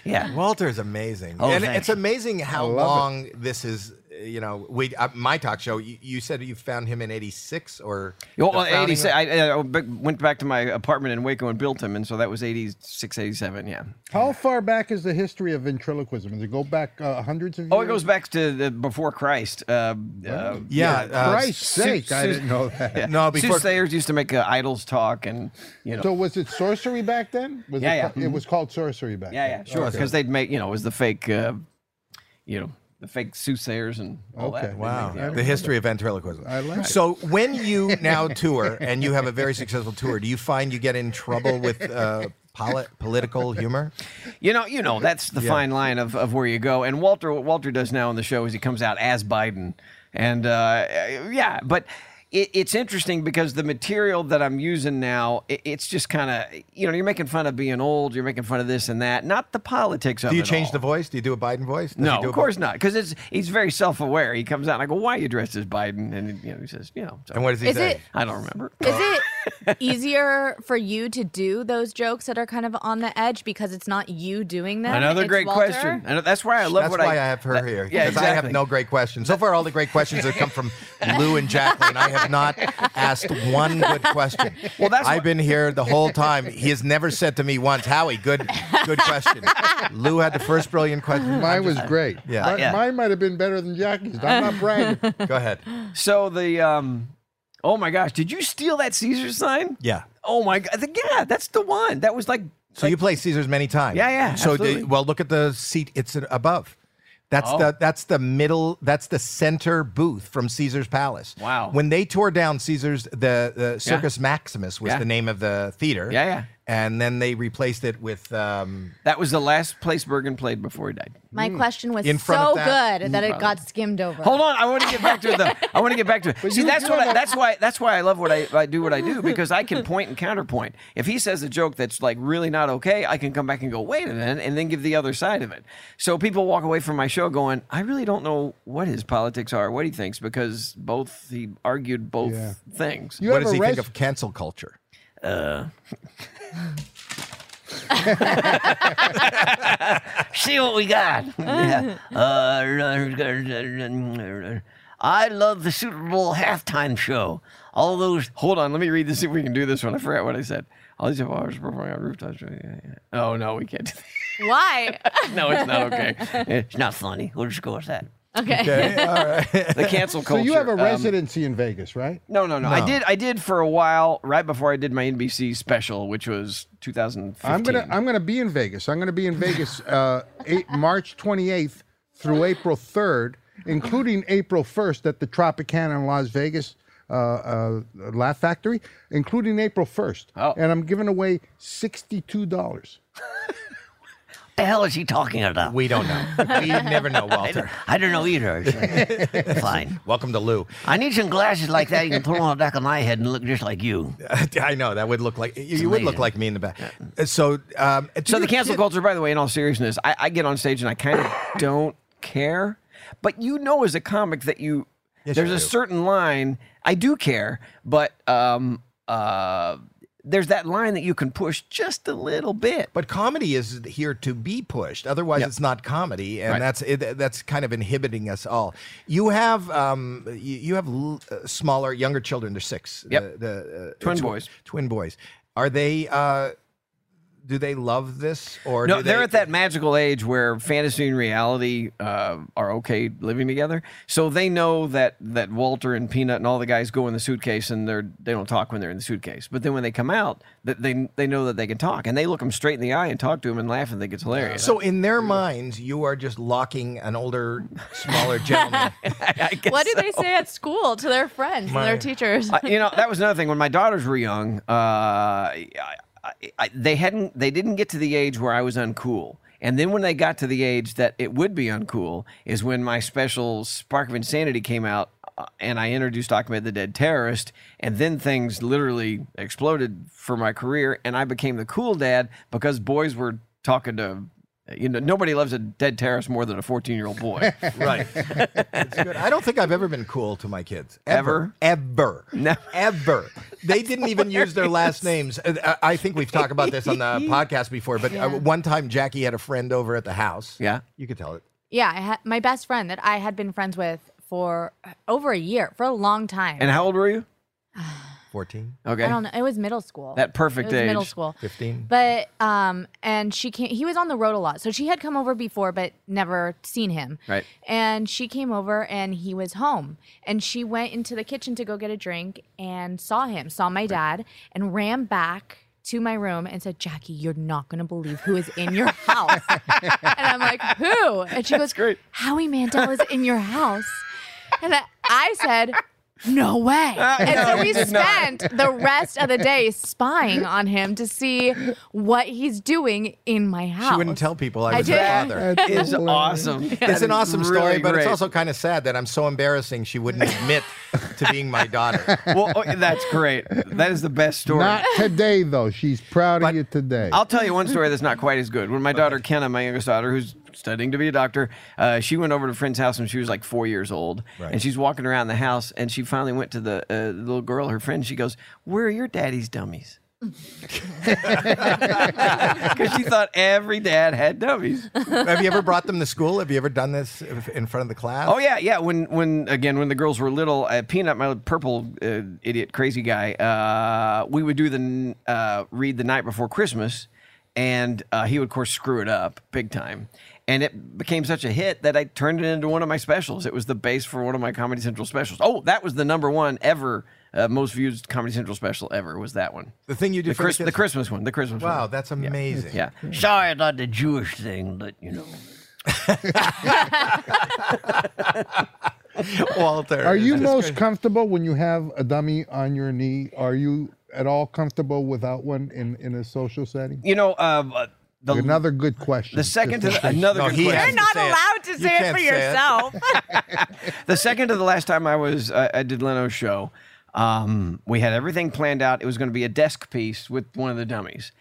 [SPEAKER 1] Yeah.
[SPEAKER 2] Walter is amazing,
[SPEAKER 8] Oh,
[SPEAKER 2] and
[SPEAKER 1] thanks.
[SPEAKER 2] it's amazing how
[SPEAKER 4] love it.
[SPEAKER 2] long this is. uh, You know, we uh, my talk show. You, you said you found him in '86 or
[SPEAKER 8] Well,
[SPEAKER 2] the Frowning-
[SPEAKER 8] 86. I, I- I b- went back to my apartment in Waco and built him, and so that was 86, 87. Yeah.
[SPEAKER 4] How far back is the history of ventriloquism? Does it go back uh, hundreds of years?
[SPEAKER 8] Oh, it goes back to the before Christ. Uh, uh,
[SPEAKER 2] Yeah, uh,
[SPEAKER 4] Christ's
[SPEAKER 2] Su-
[SPEAKER 4] sake, I
[SPEAKER 2] Su-
[SPEAKER 4] didn't know that.
[SPEAKER 8] yeah.
[SPEAKER 2] No, before-
[SPEAKER 8] Soothsayers used to make uh, idols talk, and you know.
[SPEAKER 4] So was it sorcery back then? Was
[SPEAKER 8] Yeah,
[SPEAKER 4] it,
[SPEAKER 8] yeah.
[SPEAKER 4] ca- It was called sorcery back.
[SPEAKER 8] yeah,
[SPEAKER 4] then.
[SPEAKER 8] yeah, sure. Because they'd make you know it was the fake, uh, you know, the fake soothsayers and all
[SPEAKER 4] Okay.
[SPEAKER 8] that.
[SPEAKER 2] Wow,
[SPEAKER 8] Yeah.
[SPEAKER 2] the history of ventriloquism.
[SPEAKER 4] I like it.
[SPEAKER 2] So when you now tour and you have a very successful tour, do you find you get in trouble with uh, poli- political humor?
[SPEAKER 8] You know, you know that's the fine line of, of where you go. And Walter, what Walter does now on the show is he comes out as Biden, and uh, yeah, but. It, it's interesting because the material that I'm using now, it, it's just kind of, you know, you're making fun of being old, you're making fun of this and that, not the politics of
[SPEAKER 2] Do you
[SPEAKER 8] it
[SPEAKER 2] change
[SPEAKER 8] all.
[SPEAKER 2] the voice? Do you do a Biden voice? Does he
[SPEAKER 8] No,
[SPEAKER 2] do a-
[SPEAKER 8] of course not, because it's he's very self-aware. He comes out and I go, "Why you dressed as Biden?" And you know, he says, "You know, so-
[SPEAKER 2] And what does he
[SPEAKER 7] Is
[SPEAKER 2] say?
[SPEAKER 7] it-
[SPEAKER 8] I don't remember."
[SPEAKER 7] Is it easier for you to do those jokes that are kind of on the edge because it's not you doing them?
[SPEAKER 8] Another
[SPEAKER 7] it's
[SPEAKER 8] great
[SPEAKER 7] Walter?
[SPEAKER 8] question. And that's why I love
[SPEAKER 2] That's
[SPEAKER 8] what
[SPEAKER 2] why I,
[SPEAKER 8] I
[SPEAKER 2] have her here.
[SPEAKER 8] yeah,
[SPEAKER 2] because I have
[SPEAKER 8] exactly.
[SPEAKER 2] no great questions. So far, all the great questions have come from Lou and Jacqueline. I have not asked one good question.
[SPEAKER 8] Well, that's
[SPEAKER 2] I've
[SPEAKER 8] what-
[SPEAKER 2] been here the whole time. He has never said to me once, "Howie, good, good question." Lou had the first brilliant question.
[SPEAKER 4] Mine was great.
[SPEAKER 2] Yeah.
[SPEAKER 4] Mi-
[SPEAKER 8] Yeah.
[SPEAKER 4] Uh, Mine might have been better than Jackie's. I'm not bragging.
[SPEAKER 2] Go ahead.
[SPEAKER 8] So the um, oh my gosh, did you steal that Caesar sign?
[SPEAKER 2] Yeah.
[SPEAKER 8] Oh my god, the- yeah, that's the one. That was like,
[SPEAKER 2] So you play Caesars many times.
[SPEAKER 8] Yeah, yeah,
[SPEAKER 2] So
[SPEAKER 8] absolutely.
[SPEAKER 2] the, well, look at the seat. It's an- above. That's
[SPEAKER 8] Oh.
[SPEAKER 2] the that's the middle. That's the center booth from Caesar's Palace.
[SPEAKER 8] Wow.
[SPEAKER 2] When they tore down Caesar's, the, the Circus Maximus was
[SPEAKER 8] Yeah.
[SPEAKER 2] the name of the theater.
[SPEAKER 8] Yeah, yeah.
[SPEAKER 2] And then they replaced it with um,
[SPEAKER 8] that was the last place Bergen played before he died.
[SPEAKER 7] My question was
[SPEAKER 2] Mm. In front
[SPEAKER 7] so
[SPEAKER 2] of that-
[SPEAKER 7] good that it got skimmed over.
[SPEAKER 8] Hold on, I want to get back to it though. I want to get back to it. See,
[SPEAKER 4] you-
[SPEAKER 8] that's
[SPEAKER 4] you
[SPEAKER 8] what
[SPEAKER 4] have
[SPEAKER 8] I,
[SPEAKER 4] a-
[SPEAKER 8] that's why that's why I love what I, I do what I do because I can point and counterpoint. If he says a joke that's like really not okay, I can come back and go, wait a minute, and then give the other side of it. So people walk away from my show going, I really don't know what his politics are, what he thinks, because both he argued both
[SPEAKER 4] Yeah.
[SPEAKER 8] things.
[SPEAKER 4] You
[SPEAKER 2] what
[SPEAKER 4] have
[SPEAKER 2] does
[SPEAKER 4] a
[SPEAKER 2] he
[SPEAKER 4] res-
[SPEAKER 2] think of cancel culture?
[SPEAKER 1] See what we got. yeah. Uh, I love the Super Bowl halftime show. All those
[SPEAKER 8] Hold on, let me read this. See if we can do this one. I forgot what I said. All these hours performing on rooftops. Yeah, yeah, yeah. Oh no, we can't. do
[SPEAKER 7] Why?
[SPEAKER 8] that. No, it's not okay.
[SPEAKER 1] It's not funny. We'll just go with that.
[SPEAKER 7] Okay.
[SPEAKER 8] The cancel
[SPEAKER 4] So
[SPEAKER 8] culture.
[SPEAKER 4] you have a
[SPEAKER 8] um,
[SPEAKER 4] residency in Vegas, right?
[SPEAKER 8] no, no, no, I did. I did for a while, right before I did my NBC special, which was 2015.
[SPEAKER 4] I'm gonna I'm gonna be in Vegas. I'm gonna be in Vegas uh, eight, March 28th through April 3rd, including April 1st at the Tropicana in Las Vegas uh, uh, Laugh Factory, including April 1st.
[SPEAKER 8] Oh.
[SPEAKER 4] And I'm giving away sixty-two dollars.
[SPEAKER 1] What the hell is he talking about?
[SPEAKER 2] We don't know. we never know, Walter.
[SPEAKER 1] I don't know either. Fine.
[SPEAKER 2] Welcome to Lou.
[SPEAKER 1] I need some glasses like that you can put on the back of my head and look just like you.
[SPEAKER 2] I know that would look like you, you would look
[SPEAKER 1] amazing.
[SPEAKER 2] like me in the back. Uh, So, um,
[SPEAKER 8] So the cancel culture, by the way, in all seriousness, I, I get on stage and I kind of don't care. But you know, as a comic, that you
[SPEAKER 2] Yes,
[SPEAKER 8] there's
[SPEAKER 2] you
[SPEAKER 8] a
[SPEAKER 2] do.
[SPEAKER 8] certain line I do care, but um uh there's that line that you can push just a little bit.
[SPEAKER 2] But comedy is here to be pushed. Otherwise, it's not comedy, and
[SPEAKER 8] Right.
[SPEAKER 2] that's it, that's kind of inhibiting us all. You have um, you, you have l- uh, smaller, younger children. They're six.
[SPEAKER 8] Yep.
[SPEAKER 2] The, the, uh,
[SPEAKER 8] Twin
[SPEAKER 2] tw-
[SPEAKER 8] boys.
[SPEAKER 2] Twin boys. Are they? Uh, do they love this or
[SPEAKER 8] No,
[SPEAKER 2] do
[SPEAKER 8] they're
[SPEAKER 2] they-
[SPEAKER 8] at that magical age where fantasy and reality uh, are okay living together. So they know that that Walter and Peanut and all the guys go in the suitcase and they're they don't talk when they're in the suitcase. But then when they come out, that they they know that they can talk and they look them straight in the eye and talk to them and laugh and think it's hilarious.
[SPEAKER 2] So in their minds, you are just locking an older, smaller gentleman.
[SPEAKER 7] What do they say at school to their friends and
[SPEAKER 2] My-
[SPEAKER 7] their teachers?
[SPEAKER 8] I- you know, that was another thing. When my daughters were young, uh, I, I, I, they hadn't, they didn't get to the age where I was uncool. And then when they got to the age that it would be uncool, is when my special Spark of Insanity came out, uh, and I introduced Ahmed the Dead Terrorist, and then things literally exploded for my career, and I became the cool dad because boys were talking to. You know, nobody loves a dead terrorist more than a 14 year old boy.
[SPEAKER 2] right. It's good. I don't think I've ever been cool to my kids. Ever. Ever.
[SPEAKER 8] No.
[SPEAKER 2] Ever. They didn't even use their last names. Uh, uh, I think we've talked about this on the podcast before, but uh, one time Jackie had a friend over at the house.
[SPEAKER 8] Yeah.
[SPEAKER 2] You could tell it.
[SPEAKER 7] yeah, I had my best friend that I had been friends with for over a year, for a long time.
[SPEAKER 8] and how old were you?
[SPEAKER 2] 14,
[SPEAKER 8] Okay.
[SPEAKER 7] I don't know. It was middle school.
[SPEAKER 8] That perfect
[SPEAKER 7] it was Middle
[SPEAKER 8] age.
[SPEAKER 7] school.
[SPEAKER 2] 15.
[SPEAKER 7] But um, and she came. He was on the road a lot, so she had come over before, but never seen him.
[SPEAKER 8] Right.
[SPEAKER 7] And she came over, and he was home, and she went into the kitchen to go get a drink, and saw him, saw my dad, and ran back to my room and said, Jackie, you're not going to believe who is in your house. and I'm like, who? And she goes,
[SPEAKER 8] great.
[SPEAKER 7] Howie Mandel is in your house. And I, I said, no way. and so we spent the rest of the day spying on him to see what he's doing in my house.
[SPEAKER 2] She wouldn't tell people I
[SPEAKER 7] I
[SPEAKER 2] was her
[SPEAKER 7] did.
[SPEAKER 2] father.
[SPEAKER 4] That's
[SPEAKER 8] It's
[SPEAKER 4] hilarious.
[SPEAKER 8] awesome.
[SPEAKER 2] It's
[SPEAKER 8] That
[SPEAKER 2] an
[SPEAKER 8] is
[SPEAKER 2] awesome
[SPEAKER 8] really
[SPEAKER 2] story, but
[SPEAKER 8] great.
[SPEAKER 2] it's also kind of sad that I'm so embarrassing she wouldn't admit to being my daughter.
[SPEAKER 8] well, oh, that's great. That is the best story.
[SPEAKER 4] Not today, though. She's proud
[SPEAKER 2] But
[SPEAKER 4] of you today.
[SPEAKER 8] I'll tell you one story that's not quite as good. When my daughter Kenna, my youngest daughter, who's studying to be a doctor, uh, she went over to a friend's house when she was like four years old,
[SPEAKER 2] Right.
[SPEAKER 8] and she's walking around the house, and she finally went to the, uh, the little girl, her friend. She goes, "Where are your daddy's dummies?" Because she thought every dad had dummies.
[SPEAKER 2] Have you ever brought them to school? Have you ever done this in front of the class?
[SPEAKER 8] Oh yeah, yeah. When when again when the girls were little, uh, Peanut, my purple uh, idiot crazy guy, uh, we would do the n- uh, read the night before Christmas, and uh, he would of course screw it up big time, and it became such a hit that I turned it into one of my specials. It was the base for one of my Comedy Central specials. Oh, that was the number one ever. Uh, most viewed Comedy Central special ever was that one.
[SPEAKER 2] The thing you do
[SPEAKER 8] the,
[SPEAKER 2] for
[SPEAKER 8] Chris-
[SPEAKER 2] the
[SPEAKER 8] the
[SPEAKER 2] kids?
[SPEAKER 8] Christmas one. The Christmas one.
[SPEAKER 2] Wow, that's amazing.
[SPEAKER 8] Yeah.
[SPEAKER 1] Sorry about the Jewish thing, but you know.
[SPEAKER 2] Walter.
[SPEAKER 4] Are you
[SPEAKER 2] that's
[SPEAKER 4] most
[SPEAKER 2] great.
[SPEAKER 4] comfortable when you have a dummy on your knee? Are you at all comfortable without one in, in a social setting?
[SPEAKER 8] You know, uh, the
[SPEAKER 4] Another good question.
[SPEAKER 8] the second to
[SPEAKER 4] Just
[SPEAKER 8] the,
[SPEAKER 4] in case.
[SPEAKER 8] another
[SPEAKER 2] No,
[SPEAKER 8] good
[SPEAKER 2] he
[SPEAKER 8] question.
[SPEAKER 2] has
[SPEAKER 9] You're not
[SPEAKER 2] say it.
[SPEAKER 9] allowed to
[SPEAKER 2] You
[SPEAKER 9] say it
[SPEAKER 2] can't
[SPEAKER 9] for
[SPEAKER 2] say it.
[SPEAKER 9] yourself.
[SPEAKER 8] the second to the last time I was uh, I did Leno's show, um, we had everything planned out. It was going to be a desk piece with one of the dummies.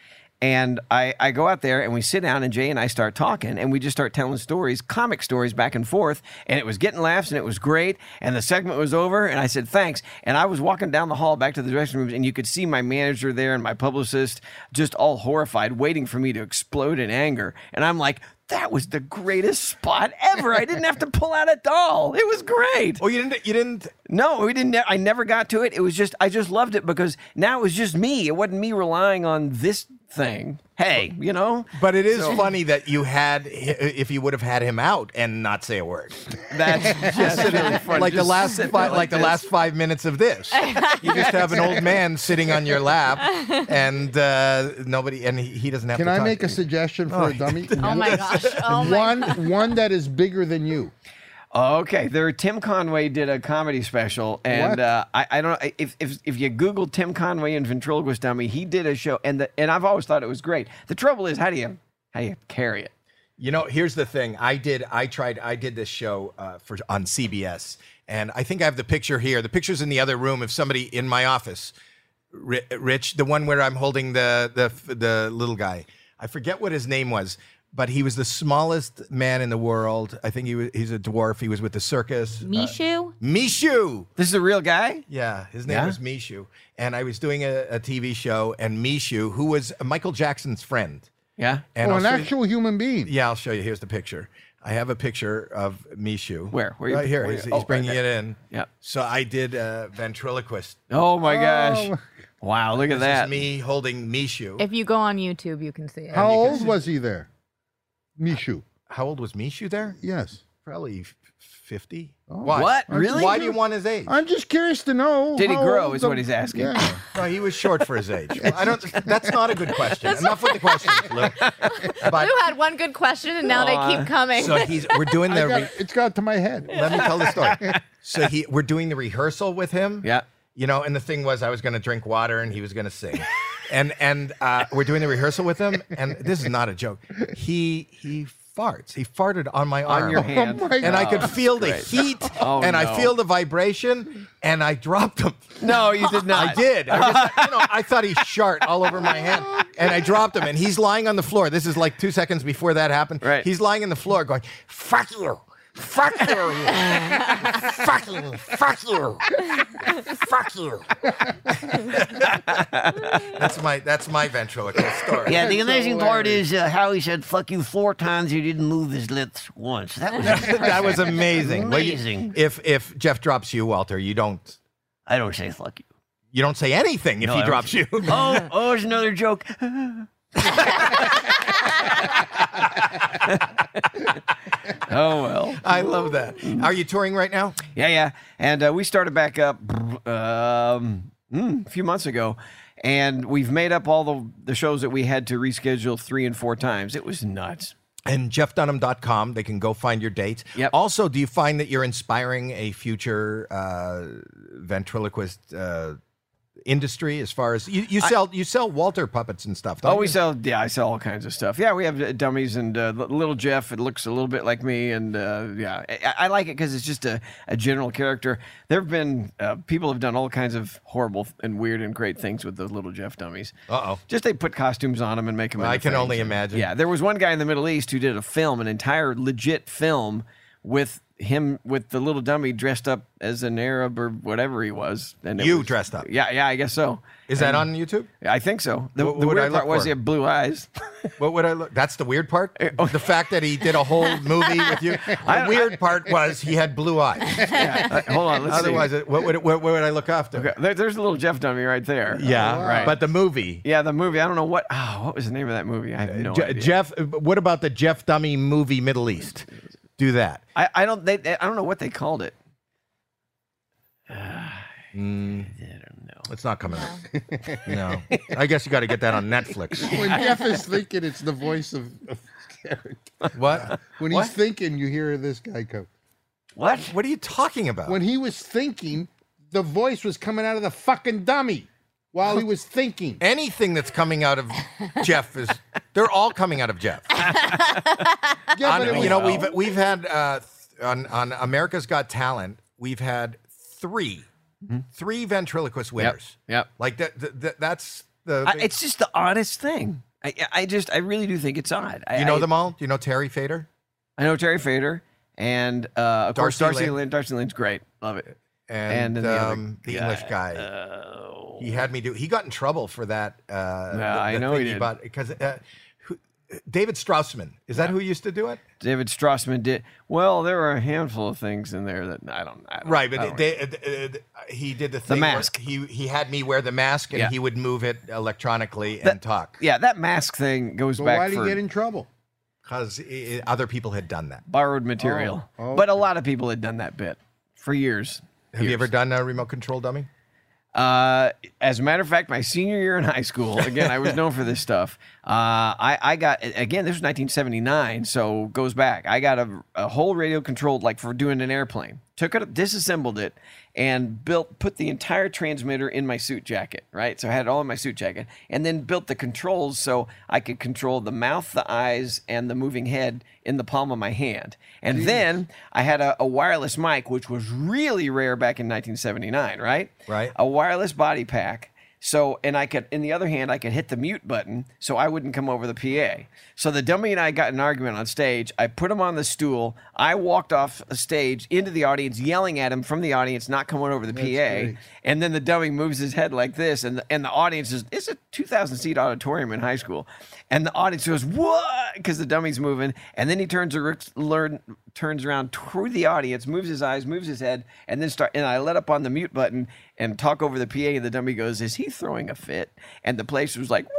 [SPEAKER 8] And I, I go out there and we sit down and Jay and I start talking and we just start telling stories, comic stories back and forth. And it was getting laughs and it was great. And the segment was over and I said, thanks. And I was walking down the hall back to the dressing rooms and you could see my manager there and my publicist just all horrified, waiting for me to explode in anger. And I'm like, that was the greatest spot ever. I didn't have to pull out a doll. It was great.
[SPEAKER 2] Oh, you didn't. You didn't.
[SPEAKER 8] No, we didn't. I never got to it. It was just I just loved it because now it was just me. It wasn't me relying on this thing. Hey, you know
[SPEAKER 2] But it is funny that you had, if you would have had him out and not say a word,
[SPEAKER 8] that's just really funny.
[SPEAKER 2] like the
[SPEAKER 8] Just
[SPEAKER 2] last,
[SPEAKER 8] sit
[SPEAKER 2] fi-
[SPEAKER 8] there
[SPEAKER 2] like, the
[SPEAKER 8] this.
[SPEAKER 2] last five minutes of this, you just have an old man sitting on your lap, and uh, nobody, and he, he doesn't have.
[SPEAKER 4] Can
[SPEAKER 2] to
[SPEAKER 4] I
[SPEAKER 2] talk
[SPEAKER 4] make
[SPEAKER 2] to
[SPEAKER 4] a
[SPEAKER 2] you.
[SPEAKER 4] suggestion for a dummy?
[SPEAKER 9] oh my gosh. Oh my
[SPEAKER 4] One one that is bigger than you.
[SPEAKER 8] Okay, there. Tim Conway did a comedy special,
[SPEAKER 4] What?
[SPEAKER 8] and uh, I, I don't if, if if you Google Tim Conway and ventriloquist dummy, he did a show, and the, and I've always thought it was great. The trouble is, how do you how do you carry it?
[SPEAKER 2] You know, here's the thing. I did. I tried. I did this show uh, for on CBS, and I think I have the picture here. The picture's in the other room. If somebody in my office, Ri- Rich, the one where I'm holding the the the little guy. I forget what his name was, but he was the smallest man in the world. I think he was. He's a dwarf. He was with the circus.
[SPEAKER 7] Mishu?
[SPEAKER 2] Mishu.
[SPEAKER 8] This is a real guy.
[SPEAKER 2] Yeah, his name
[SPEAKER 8] Yeah?
[SPEAKER 2] was Mishu, and I was doing a, a TV show, and Mishu, who was Michael Jackson's friend,
[SPEAKER 8] Yeah.
[SPEAKER 2] and
[SPEAKER 4] Or
[SPEAKER 2] I'll
[SPEAKER 4] Oh, an
[SPEAKER 2] show you-
[SPEAKER 4] actual human being.
[SPEAKER 2] yeah, I'll show you. Here's the picture. I have a picture of Mishu.
[SPEAKER 8] Where? Where you-
[SPEAKER 2] right here.
[SPEAKER 8] where
[SPEAKER 2] he's
[SPEAKER 8] you-
[SPEAKER 2] he's
[SPEAKER 8] oh,
[SPEAKER 2] bringing
[SPEAKER 8] right
[SPEAKER 2] it in.
[SPEAKER 8] Yeah.
[SPEAKER 2] So I did uh, ventriloquist.
[SPEAKER 8] Oh my gosh! Wow, look at
[SPEAKER 2] This
[SPEAKER 8] that.
[SPEAKER 2] is me holding Mishu.
[SPEAKER 9] If you go on YouTube, you can see it.
[SPEAKER 4] How
[SPEAKER 2] you can
[SPEAKER 4] old
[SPEAKER 2] see-
[SPEAKER 4] was he there? Mishu.
[SPEAKER 2] How old was Mishu there?
[SPEAKER 4] Yes.
[SPEAKER 2] Probably f- fifty.
[SPEAKER 8] Oh. What?
[SPEAKER 2] Why?
[SPEAKER 8] Really?
[SPEAKER 2] Why do you want his age?
[SPEAKER 4] I'm just curious to know.
[SPEAKER 8] Did he
[SPEAKER 4] how
[SPEAKER 8] grow
[SPEAKER 4] old
[SPEAKER 8] is
[SPEAKER 4] the-
[SPEAKER 8] what he's asking.
[SPEAKER 4] Yeah.
[SPEAKER 2] No, he was short for his age. I don't. That's not a good question. Enough with the questions, Lou. But
[SPEAKER 9] Lou had one good question and now they keep coming.
[SPEAKER 2] so he's. We're doing
[SPEAKER 4] I
[SPEAKER 2] the.
[SPEAKER 4] got-
[SPEAKER 2] re-
[SPEAKER 4] it's got to my head.
[SPEAKER 2] let me tell the story. So he, we're doing the rehearsal with him.
[SPEAKER 8] Yeah.
[SPEAKER 2] You know, and the thing was, I was going to drink water, and he was going to sing, and and uh, we're doing the rehearsal with him, and this is not a joke. He he farts. He farted on my arm.
[SPEAKER 8] on your hand.
[SPEAKER 4] Oh my
[SPEAKER 2] And I could
[SPEAKER 8] God.
[SPEAKER 2] feel the
[SPEAKER 8] Great.
[SPEAKER 2] heat,
[SPEAKER 8] Oh,
[SPEAKER 2] and
[SPEAKER 8] no.
[SPEAKER 2] I feel the vibration, and I dropped him.
[SPEAKER 8] No, you did not.
[SPEAKER 2] I did. I, just, you know, I thought he shart all over my hand, and I dropped him. And he's lying on the floor. This is like two seconds before that happened.
[SPEAKER 8] Right.
[SPEAKER 2] He's lying on the floor, going, "Fuck you, fuck you, fuck you, fuck you, fuck you." that's my that's my ventriloquist story.
[SPEAKER 1] Yeah, the amazing part is uh, how he said "fuck you" four times. He didn't move his lips once. That was.
[SPEAKER 2] that was amazing. Well, you-
[SPEAKER 1] Amazing.
[SPEAKER 2] if if Jeff drops you, Walter, you don't
[SPEAKER 1] I don't say "fuck you."
[SPEAKER 2] you don't say anything if
[SPEAKER 1] No, I
[SPEAKER 2] he
[SPEAKER 1] don't
[SPEAKER 2] drops
[SPEAKER 1] say-
[SPEAKER 2] you.
[SPEAKER 1] Oh, oh, there's another joke.
[SPEAKER 8] Oh well.
[SPEAKER 2] I love that. Are you touring right now?
[SPEAKER 8] Yeah, yeah. And uh, we started back up um, mm, a hmm, few months ago. and we've made up all the the shows that we had to reschedule three and four times. It was nuts.
[SPEAKER 2] and jeffdunham.com they can go find your dates
[SPEAKER 8] Yep.
[SPEAKER 2] also do you find that you're inspiring a future uh, ventriloquist uh, industry as far as you, you sell you sell walter puppets and stuff don't
[SPEAKER 8] Oh, we
[SPEAKER 2] you?
[SPEAKER 8] sell. Yeah, I sell all kinds of stuff. Yeah, we have uh, dummies and uh, li- little Jeff. It looks a little bit like me, and uh, yeah, I, I like it because it's just a, a general character. There have been uh, people have done all kinds of horrible and weird and great things with the little Jeff dummies.
[SPEAKER 2] Uh-oh.
[SPEAKER 8] Just they put costumes on them and make them.
[SPEAKER 2] I can only imagine.
[SPEAKER 8] Yeah, there was one guy in the Middle East who did a film, an entire legit film with him with the little dummy dressed up as an Arab or whatever he was. And it
[SPEAKER 2] You
[SPEAKER 8] was-
[SPEAKER 2] dressed up.
[SPEAKER 8] Yeah, yeah, I guess so.
[SPEAKER 2] is that on youtube
[SPEAKER 8] I think so. The,
[SPEAKER 2] What
[SPEAKER 8] the
[SPEAKER 2] would I
[SPEAKER 8] weird
[SPEAKER 2] look
[SPEAKER 8] part was
[SPEAKER 2] for?
[SPEAKER 8] he had blue eyes.
[SPEAKER 2] what would i look that's the weird part the fact that he did a whole movie with you the weird part was he had blue eyes
[SPEAKER 8] Uh, hold on, let's
[SPEAKER 2] otherwise
[SPEAKER 8] see.
[SPEAKER 2] it- what would, it- what, what would i look after
[SPEAKER 8] Okay, there, there's a little Jeff dummy right there.
[SPEAKER 2] yeah
[SPEAKER 8] Uh, right.
[SPEAKER 2] but the movie
[SPEAKER 8] yeah, the movie. I don't know what. Oh, what was the name of that movie? I have no
[SPEAKER 2] Je-
[SPEAKER 8] idea.
[SPEAKER 2] jeff what about the jeff dummy movie middle east do that
[SPEAKER 8] I, I don't. They, they- I don't know what they called it. Mm.
[SPEAKER 2] It's not coming up. no. I guess you got to get that on Netflix.
[SPEAKER 4] When Jeff is thinking, it's the voice of, of character.
[SPEAKER 2] What?
[SPEAKER 4] When he's
[SPEAKER 2] what?
[SPEAKER 4] thinking, you hear this guy go.
[SPEAKER 8] What?
[SPEAKER 2] what are you talking about?
[SPEAKER 4] When he was thinking, the voice was coming out of the fucking dummy while he was thinking.
[SPEAKER 2] Anything that's coming out of Jeff is they're all coming out of Jeff.
[SPEAKER 4] Yeah,
[SPEAKER 2] On-
[SPEAKER 4] but it
[SPEAKER 2] you
[SPEAKER 4] was-
[SPEAKER 2] know, we've we've had uh, th- on on America's Got Talent, we've had 3 three ventriloquist winners.
[SPEAKER 8] Mm-hmm. yep.
[SPEAKER 2] Like that, that that- that's the
[SPEAKER 8] I, it's just the oddest thing. I, I just, I really do think it's odd. I,
[SPEAKER 2] you know
[SPEAKER 8] I,
[SPEAKER 2] them all? Do you know Terry Fader?
[SPEAKER 8] I know Terry Fader, and uh, of course
[SPEAKER 2] Darcy
[SPEAKER 8] Darcy
[SPEAKER 2] Lin.
[SPEAKER 8] Lynn. Darcy Lynn's great. Love it.
[SPEAKER 2] and,
[SPEAKER 8] And then the other oh.
[SPEAKER 2] um, the, English guy. he had me do. He got in trouble for that. Uh,
[SPEAKER 8] I know he did.
[SPEAKER 2] because uh, who- David Straussman is that who used to do it?
[SPEAKER 8] David Strassman did. Well, there were a handful of things in there Oh, that I don't. I don't
[SPEAKER 2] Right,
[SPEAKER 8] I
[SPEAKER 2] but
[SPEAKER 8] don't-
[SPEAKER 2] they, uh, uh, he did the thing. where
[SPEAKER 8] mask.
[SPEAKER 2] He he had me wear the mask, and
[SPEAKER 8] Yeah.
[SPEAKER 2] he would move it electronically and talk
[SPEAKER 8] yeah, that mask thing goes
[SPEAKER 4] So
[SPEAKER 8] back.
[SPEAKER 4] why did
[SPEAKER 8] for,
[SPEAKER 4] he get in trouble?
[SPEAKER 2] because other people had done that.
[SPEAKER 8] borrowed material.
[SPEAKER 4] Oh,
[SPEAKER 8] But a lot of people had done that bit for years.
[SPEAKER 2] Have you ever done a remote control dummy?
[SPEAKER 8] Uh, as a matter of fact, my senior year in high school, again, I was known for this stuff. Uh, I, I got, again, this was 1979, so goes back. I got a, a whole radio controlled, like for doing an airplane. Took it, disassembled it, and built, put the entire transmitter in my suit jacket, right? So I had it all in my suit jacket, and then built the controls so I could control the mouth, the eyes, and the moving head in the palm of my hand. And then I had a, a wireless mic, which was really rare back in 1979, right?
[SPEAKER 2] Right.
[SPEAKER 8] a wireless body pack. So, and I could, in the other hand, I could hit the mute button so I wouldn't come over the PA. So the dummy and I got in an argument on stage. I put him on the stool. I walked off a stage into the audience, yelling at him from the audience, not coming over the PA.
[SPEAKER 4] great.
[SPEAKER 8] And then the dummy moves his head like this, and the, and the audience is, it's a 2,000 seat auditorium in high school. And the audience goes, what? Because the dummy's moving. And then he turns, ar- learn, turns around toward the audience, moves his eyes, moves his head, and then start. And I let up on the mute button and talk over the PA, and the dummy goes, is he throwing a fit? And the place was like, what?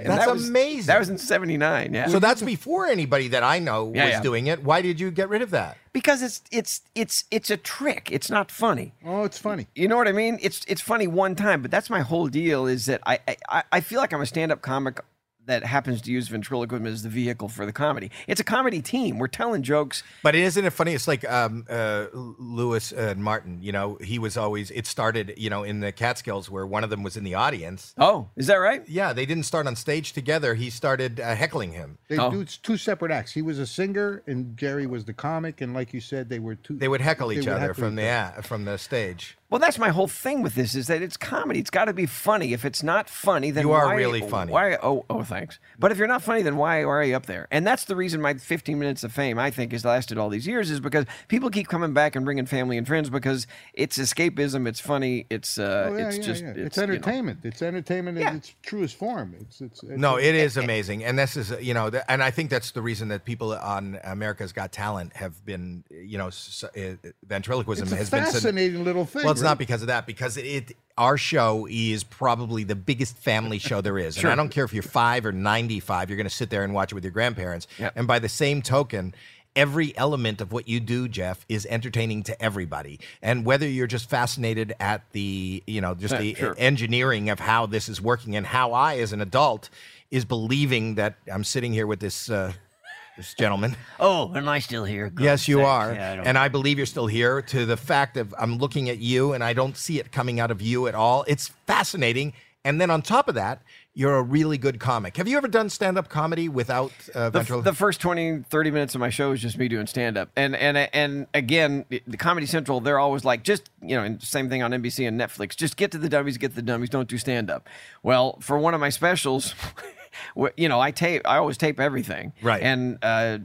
[SPEAKER 8] And
[SPEAKER 2] That's
[SPEAKER 8] that was-
[SPEAKER 2] amazing.
[SPEAKER 8] That was in 79. Yeah.
[SPEAKER 2] So that's before anybody that I know
[SPEAKER 8] Yeah,
[SPEAKER 2] was
[SPEAKER 8] yeah.
[SPEAKER 2] doing it. Why did you get rid of that?
[SPEAKER 8] because it's, it's, it's, it's a trick. It's not funny.
[SPEAKER 4] Oh, it's funny.
[SPEAKER 8] You know what I mean? It's it's funny one time, but that's my whole deal. Is that I I- I, I feel like I'm a stand up comic that happens to use ventriloquism as the vehicle for the comedy. It's a comedy team. We're telling jokes.
[SPEAKER 2] But isn't it funny? It's like um, uh, Lewis and Martin. You know, he was always. It started, you know, in the Catskills where one of them was in the audience.
[SPEAKER 8] Oh, is that right?
[SPEAKER 2] Yeah, they didn't start on stage together. He started uh, heckling him.
[SPEAKER 4] They
[SPEAKER 8] Oh.
[SPEAKER 4] do it's two separate acts. He was a singer, and Jerry was the comic. And like you said, they were two.
[SPEAKER 2] They would heckle each
[SPEAKER 4] would
[SPEAKER 2] other
[SPEAKER 4] heckle
[SPEAKER 2] from
[SPEAKER 4] each
[SPEAKER 2] the uh, from the stage.
[SPEAKER 8] Well, that's my whole thing with this is that it's comedy. It's got to be funny. If it's not funny, then
[SPEAKER 2] You are
[SPEAKER 8] why-
[SPEAKER 2] really funny.
[SPEAKER 8] Why? Oh, oh, thanks. But if you're not funny, then why are you up there? And that's the reason my 15 minutes of fame I think has lasted all these years is because people keep coming back and bringing family and friends because it's escapism. It's funny. It's uh,
[SPEAKER 4] Oh, yeah,
[SPEAKER 8] it's
[SPEAKER 4] yeah,
[SPEAKER 8] just
[SPEAKER 4] yeah.
[SPEAKER 8] you
[SPEAKER 4] it's
[SPEAKER 8] know.
[SPEAKER 4] entertainment. It's entertainment
[SPEAKER 8] Yeah.
[SPEAKER 4] in its truest form. It's it's, it's
[SPEAKER 2] No, it is amazing, and this is you know, th- and I think that's the reason that people on America's Got Talent have been you know, s- uh, ventriloquism
[SPEAKER 4] It's a
[SPEAKER 2] has been so-
[SPEAKER 4] fascinating little thing.
[SPEAKER 2] Well, it's not
[SPEAKER 4] right?
[SPEAKER 2] because of that. Because it, it our show is probably the biggest family show there is, and I don't care if you're five or ninety-five. You're going to sit there and watch it with your grandparents.
[SPEAKER 8] Yep.
[SPEAKER 2] And by the same token, every element of what you do, Jeff, is entertaining to everybody. And whether you're just fascinated at the, you know, just the e,
[SPEAKER 8] sure.
[SPEAKER 2] engineering of how this is working and how I, as an adult, is believing that I'm sitting here with this uh, this gentleman.
[SPEAKER 1] Oh, am I still here? Good,
[SPEAKER 2] Yes, you
[SPEAKER 1] thanks.
[SPEAKER 2] are.
[SPEAKER 1] Yeah, I don't-
[SPEAKER 2] and I believe you're still here to the fact of I'm looking at you and I don't see it coming out of you at all. It's fascinating. And then on top of that, you're a really good comic. Have you ever done stand up comedy without uh,
[SPEAKER 8] the,
[SPEAKER 2] ventral?
[SPEAKER 8] the first 20 30 minutes of my show is just me doing stand up and and uh, and again the- the comedy central they're always like just you know and same thing on nbc and netflix just get to the dummies get to the dummies don't do stand up well for one of my specials wh- you know i tape i always tape everything
[SPEAKER 2] Right.
[SPEAKER 8] and uh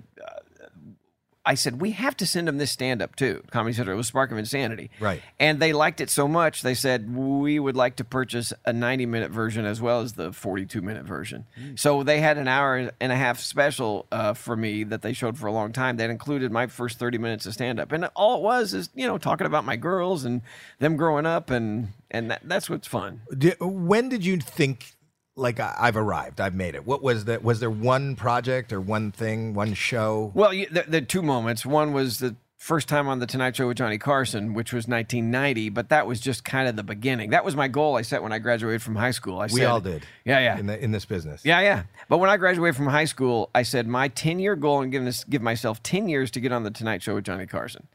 [SPEAKER 8] I said, we have to send them this stand up too. Comedy Central. It was Spark of Insanity.
[SPEAKER 2] Right.
[SPEAKER 8] And they liked it so much, they said, we would like to purchase a 90 minute version as well as the 42 minute version. So they had an hour and a half special uh, for me that they showed for a long time that included my first 30 minutes of stand up. And all it was is, you know, talking about my girls and them growing up. And, and that, that's what's fun.
[SPEAKER 2] Di- when did you think like I- I've arrived? I've made it. What was that? Was there one project or one thing, one show?
[SPEAKER 8] Well, you, the, the two moments. One was the first time on the Tonight Show with Johnny Carson, which was 1990, but that was just kind of the beginning. That was my goal I set when I graduated from high school. I
[SPEAKER 2] we
[SPEAKER 8] said-
[SPEAKER 2] all did.
[SPEAKER 8] Yeah, yeah.
[SPEAKER 2] In, the, in this business.
[SPEAKER 8] Yeah, yeah. But when I graduated from high school, I said my 10 year goal and give, this, give myself 10 years to get on the Tonight Show with Johnny Carson.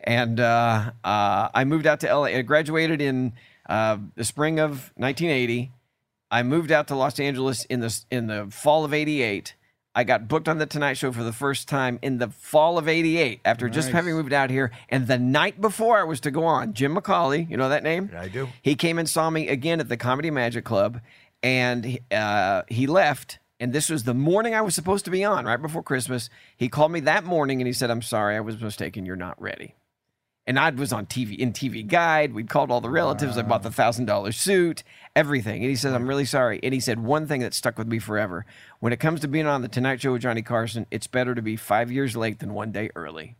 [SPEAKER 8] And uh, uh, I moved out to LA. I graduated in uh, the spring of 1980. I moved out to Los Angeles in the, in the fall of 88. I got booked on the Tonight Show for the first time in the fall of 88 after just having moved out here. And the night before I was to go on, Jim McCauley, you know that name?
[SPEAKER 2] I do.
[SPEAKER 8] He came and saw me again at the Comedy Magic Club, and uh, he left. And this was the morning I was supposed to be on, right before Christmas. He called me that morning and he said, "I'm sorry, I was mistaken. You're not ready." And I was on TV in TV Guide. We'd called all the relatives. I bought the thousand dollar suit, everything. And he says, "I'm really sorry." And he said one thing that stuck with me forever: when it comes to being on the Tonight Show with Johnny Carson, it's better to be five years late than one day early.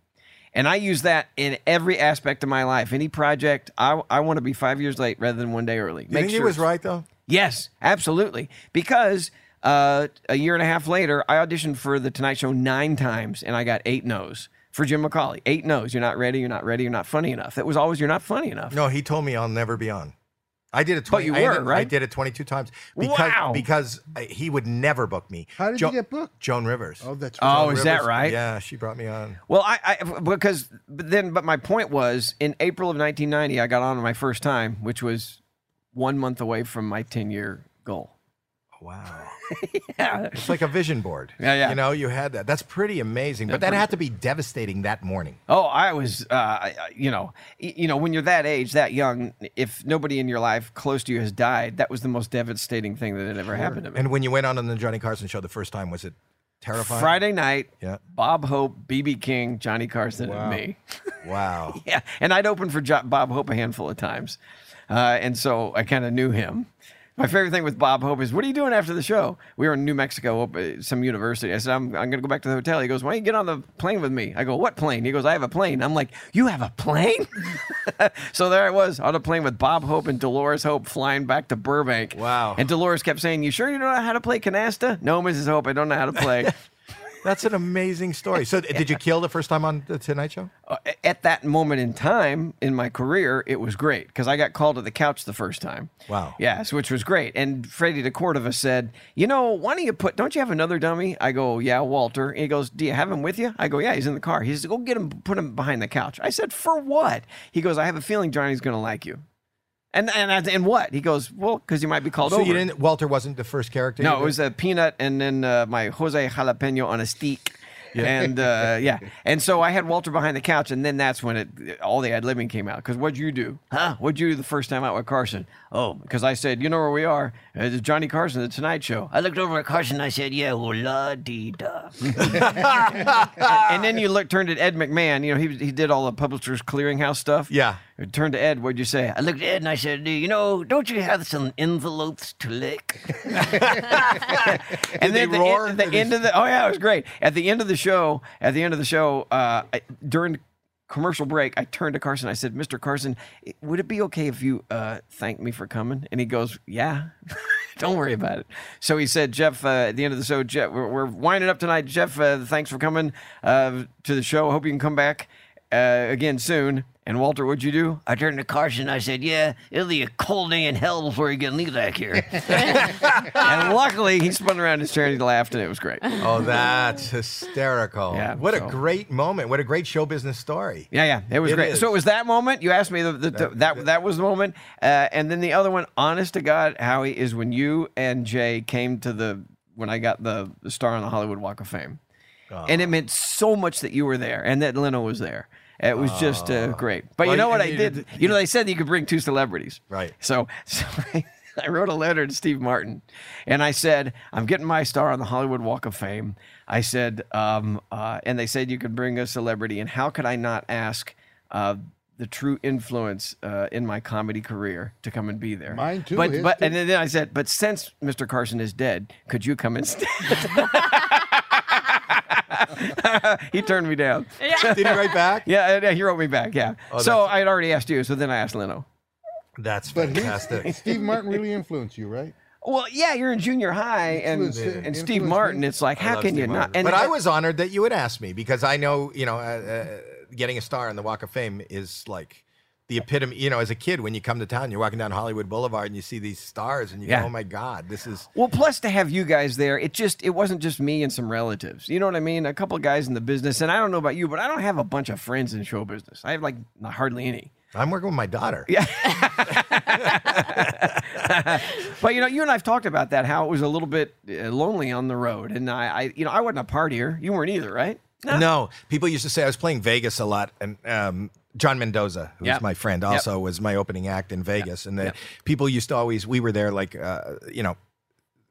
[SPEAKER 8] And I use that in every aspect of my life. Any project, I, I want to be five years late rather than one day early.
[SPEAKER 2] You think he was right though?
[SPEAKER 8] Yes, absolutely. Because uh, a year and a half later, I auditioned for The Tonight Show nine times and I got eight no's for Jim McCauley. Eight no's. You're not ready. You're not ready. You're not funny enough. That was always, you're not funny enough.
[SPEAKER 2] No, he told me I'll never be on. I did it. 20,
[SPEAKER 8] you
[SPEAKER 2] I
[SPEAKER 8] were,
[SPEAKER 2] ended- I
[SPEAKER 8] right?
[SPEAKER 2] did it 22 times because
[SPEAKER 8] Wow.
[SPEAKER 2] because I, he would never book me.
[SPEAKER 4] How did you get booked?
[SPEAKER 2] Joan Rivers.
[SPEAKER 4] Oh, that's
[SPEAKER 8] Oh,
[SPEAKER 4] right.
[SPEAKER 8] is that right?
[SPEAKER 2] Yeah, she brought me on.
[SPEAKER 8] Well, I, I because but then, but my point was in April of 1990, I got on my first time, which was one month away from my 10 year goal.
[SPEAKER 2] Wow.
[SPEAKER 8] Oh, Yeah.
[SPEAKER 2] It's like a vision board.
[SPEAKER 8] Yeah, yeah.
[SPEAKER 2] You know, you had that. That's pretty amazing. but that had to be devastating that morning.
[SPEAKER 8] Oh, I was, uh, I- I- you know, y- you know, when you're that age, that young, if nobody in your life close to you has died, that was the most devastating thing that had ever happened to me.
[SPEAKER 2] And when you went on the Johnny Carson show the first time, was it terrifying?
[SPEAKER 8] Friday night,
[SPEAKER 2] Yeah.
[SPEAKER 8] Bob Hope, BB King, Johnny Carson, and me.
[SPEAKER 2] Wow.
[SPEAKER 8] yeah, and I'd opened for jo- Bob Hope a handful of times, uh, and so I kind of knew him. My favorite thing with Bob Hope is, "What are you doing after the show?" We were in New Mexico, up at some university. I said, "I'm, I'm going to go back to the hotel." He goes, "Why don't you get on the plane with me?" I go, "What plane?" He goes, "I have a plane." I'm like, "You have a plane?" so there I was on a plane with Bob Hope and Dolores Hope flying back to Burbank.
[SPEAKER 2] Wow.
[SPEAKER 8] And Dolores kept saying, "You sure you don't know how to play canasta?" No, Mrs. Hope, I don't know how to play.
[SPEAKER 2] That's an amazing story. So, did you kill the first time on the Tonight Show?
[SPEAKER 8] uh, at that moment in time in my career, it was great because I got called to the couch the first time.
[SPEAKER 2] Wow.
[SPEAKER 8] Yes, which was great. And Freddie DeCordova said, You know, why don't you put, don't you have another dummy? I go, Yeah, Walter. And he goes, Do you have him with you? I go, Yeah, he's in the car. He says, Go get him, put him behind the couch. I said, For what? He goes, I have a feeling Johnny's going to like you. And, and, I- and what? He goes, Well, because you might be called
[SPEAKER 2] So
[SPEAKER 8] over.
[SPEAKER 2] you didn't. Walter wasn't the first character.
[SPEAKER 8] No,
[SPEAKER 2] you
[SPEAKER 8] it was a peanut and then uh, my Jose jalapeno on a steak. And uh, yeah, and so I had Walter behind the couch, and then that's when it all the ad libbing came out. Because what'd you do? Huh? What'd you do the first time out with Carson? Oh, because I said, you know where we are? Uh, It's Johnny Carson, The Tonight Show. Uh,
[SPEAKER 1] I looked over at Carson and I said, yeah, well, la dee da.
[SPEAKER 8] and then you look, turned at Ed McMahon. You know he he did all the Publishers Clearinghouse stuff.
[SPEAKER 2] Yeah.
[SPEAKER 8] Turned to Ed. What'd you say?
[SPEAKER 1] I looked at Ed and I said, "Do you know, don't you have some envelopes to lick?
[SPEAKER 8] and
[SPEAKER 2] Did
[SPEAKER 8] then
[SPEAKER 2] they
[SPEAKER 8] at the,
[SPEAKER 2] roar?
[SPEAKER 8] End, the
[SPEAKER 2] Did they-
[SPEAKER 8] end of the oh yeah, it was great. At the end of the show, at the end of the show, uh, I, during commercial break, I turned to Carson. I said, "Mr. Carson, would it be okay if you uh, thank me for coming?" And he goes, "Yeah." Don't worry about it. So he said, Jeff, uh, at the end of the show, Jeff, we're, we're winding up tonight. Jeff, uh, thanks for coming uh, to the show. Hope you can come back uh, again soon. And Walter, what'd you do?
[SPEAKER 1] I turned to Carson and I said, Yeah, it'll be a cold day in hell before you get me back here.
[SPEAKER 8] and luckily, he spun around his chair and he laughed, and it was great. Yeah,
[SPEAKER 2] Oh, that's hysterical.
[SPEAKER 8] Yeah,
[SPEAKER 2] what
[SPEAKER 8] so-
[SPEAKER 2] a great moment. What a great show business story.
[SPEAKER 8] yeah, it was
[SPEAKER 2] It
[SPEAKER 8] great.
[SPEAKER 2] is.
[SPEAKER 8] So it was that moment. You asked me the, the, that, that was the moment, uh, and then the other one, honest to God, Howie, is when you and Jay came to the when I got the, the star on the Hollywood Walk of Fame, and it meant so much that you were there and that Leno was there. It was just uh, great. But you
[SPEAKER 2] Well,
[SPEAKER 8] know what
[SPEAKER 2] and
[SPEAKER 8] I
[SPEAKER 2] you-
[SPEAKER 8] did? You know they said that you could bring two celebrities.
[SPEAKER 2] Right.
[SPEAKER 8] So, so I, I wrote a letter to Steve Martin, and I said, "I'm getting my star on the Hollywood Walk of Fame." I said, um, uh, and they said you could bring a celebrity, and how could I not ask uh, the true influence uh, in my comedy career to come and be there?
[SPEAKER 4] Mine too,
[SPEAKER 8] But,
[SPEAKER 4] his
[SPEAKER 8] but
[SPEAKER 4] too.
[SPEAKER 8] and then I said, but since Mr. Carson is dead, could you come instead? he turned me down.
[SPEAKER 2] Did he write back?
[SPEAKER 8] Yeah, and, uh, he wrote me back. Yeah.
[SPEAKER 4] Oh,
[SPEAKER 8] so I had already asked you. So then I asked Leno.
[SPEAKER 2] That's
[SPEAKER 4] But he-
[SPEAKER 2] fantastic.
[SPEAKER 4] Steve Martin really influenced you, right?
[SPEAKER 8] Well, yeah, you're in junior high, and
[SPEAKER 4] Influenced it,
[SPEAKER 8] and
[SPEAKER 4] influenced
[SPEAKER 8] Steve
[SPEAKER 4] me.
[SPEAKER 8] Martin. It's like, how
[SPEAKER 2] love
[SPEAKER 8] can
[SPEAKER 2] Steve
[SPEAKER 8] you not?
[SPEAKER 2] Martin.
[SPEAKER 8] And
[SPEAKER 2] but I was honored that you would ask me because I know, you know, uh, uh, getting a star on the Walk of Fame is like the epitome. You know, as a kid, when you come to town, you're walking down Hollywood Boulevard and you see these stars and you
[SPEAKER 8] Yeah.
[SPEAKER 2] go, oh my God, this is.
[SPEAKER 8] Well, plus to have you guys there, it just it wasn't just me and some relatives. You know what I mean? A couple guys in the business, and I don't know about you, but I don't have a bunch of friends in show business. I have like not hardly any.
[SPEAKER 2] I'm working with my daughter.
[SPEAKER 8] But you know, you and I've talked about that how it was a little bit uh, lonely on the road, and I, I you know, I wasn't a partier. You weren't either, right?
[SPEAKER 2] No, people used to say I was playing Vegas a lot, and um, John Mendoza, who's
[SPEAKER 8] Yep.
[SPEAKER 2] my friend,
[SPEAKER 8] Yep.
[SPEAKER 2] also was my opening act in Vegas, and then people used to always we were there like uh, you know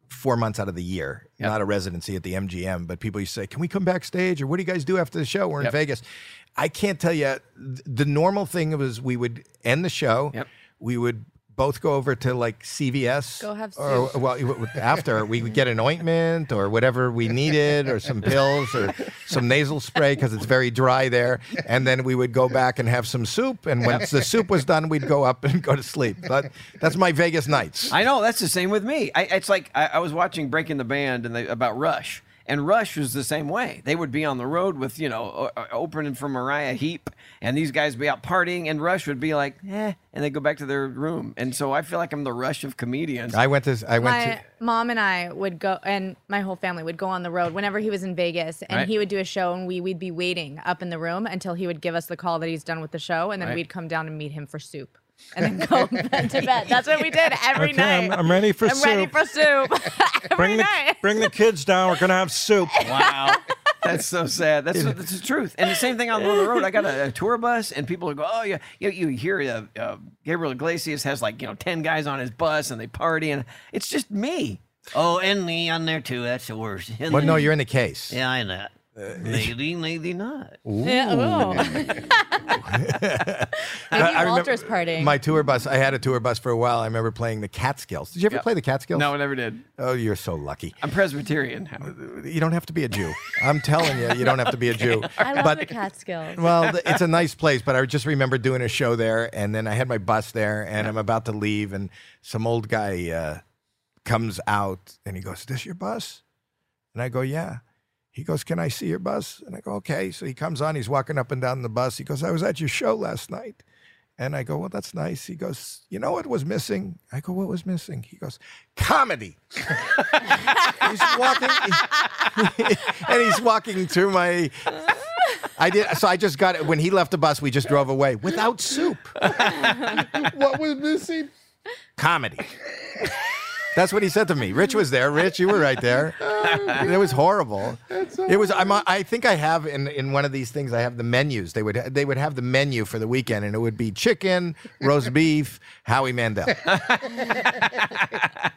[SPEAKER 2] four months out of the year,
[SPEAKER 8] Yep.
[SPEAKER 2] not a residency at the MGM, but people used to say, "Can we come backstage?" or "What do you guys do after the show?" We're in
[SPEAKER 8] Yep.
[SPEAKER 2] Vegas. I can't tell you. th- The normal thing was we would end the show.
[SPEAKER 8] Yep.
[SPEAKER 2] We would. Both go over to like CVS.
[SPEAKER 7] Go have
[SPEAKER 2] or,
[SPEAKER 7] soup.
[SPEAKER 2] well, it- after we would get an ointment or whatever we needed, or some pills or some nasal spray because it's very dry there. And then we would go back and have some soup. And once the soup was done, we'd go up and go to sleep. But that's my Vegas nights.
[SPEAKER 8] I know that's the same with me. I, it's like I, I was watching Breaking the Band and they, about Rush, and Rush was the same way. They would be on the road with you know o- o- opening for Mariah Heap, and these guys would be out partying, and Rush would be like, eh, and they go back to their room. And so I feel like I'm the Rush of comedians.
[SPEAKER 2] I went to I went
[SPEAKER 7] my
[SPEAKER 2] to
[SPEAKER 7] mom and I would go, and my whole family would go on the road whenever he was in Vegas, and
[SPEAKER 8] Right.
[SPEAKER 7] he would do a show, and we we'd be waiting up in the room until he would give us the call that he's done with the show, and then
[SPEAKER 8] Right.
[SPEAKER 7] we'd come down and meet him for soup, and then go back to bed. That's what we did every
[SPEAKER 10] Okay,
[SPEAKER 7] night.
[SPEAKER 10] I'm, I'm ready for
[SPEAKER 7] I'm
[SPEAKER 10] soup.
[SPEAKER 7] ready for soup. every
[SPEAKER 10] bring the
[SPEAKER 7] night.
[SPEAKER 10] bring the kids down. We're gonna have soup.
[SPEAKER 8] Wow. That's so sad. That's, that's the truth. And the same thing on the road. I got a, a tour bus, and people go, "Oh yeah, you, you hear uh, uh, Gabriel Iglesias has like you know ten guys on his bus, and they party, and it's just me.
[SPEAKER 1] oh, and me on there too. That's the worst. And
[SPEAKER 2] Well, no,
[SPEAKER 1] me.
[SPEAKER 2] you're in the case.
[SPEAKER 1] Yeah, I know.
[SPEAKER 4] Uh,
[SPEAKER 1] Maybe, maybe not.
[SPEAKER 7] Yeah, ooh. Maybe
[SPEAKER 2] I remember
[SPEAKER 7] Walter's partying.
[SPEAKER 2] My tour bus. I had a tour bus for a while. I remember playing the Catskills. Did you ever play the Catskills?
[SPEAKER 8] No, I never did.
[SPEAKER 2] Oh, you're so lucky.
[SPEAKER 8] I'm Presbyterian. Howard.
[SPEAKER 2] You don't have to be a Jew. I'm telling you, you don't have to be a Jew.
[SPEAKER 7] I love
[SPEAKER 2] but
[SPEAKER 7] the Catskills.
[SPEAKER 2] well, th- it's a nice place, but I just remember doing a show there, and then I had my bus there, and I'm about to leave, and some old guy uh, comes out, and he goes, "Is this your bus?" And I go, "Yeah." He goes, "Can I see your bus?" And I go, "Okay." So he comes on, he's walking up and down the bus. He goes, "I was at your show last night." And I go, well, that's nice. He goes, you know what was missing? I go, what was missing? He goes, comedy. he's walking, and he's walking through my. I did so. I just got it when he left the bus. We just drove away without soup.
[SPEAKER 4] What was missing?
[SPEAKER 2] Comedy. That's what he said to me. Rich was there. Rich, you were right there. It was horrible. It was. I'm, I think I have in in one of these things. I have the menus. They would they would have the menu for the weekend, and it would be chicken, roast beef, Howie Mandel.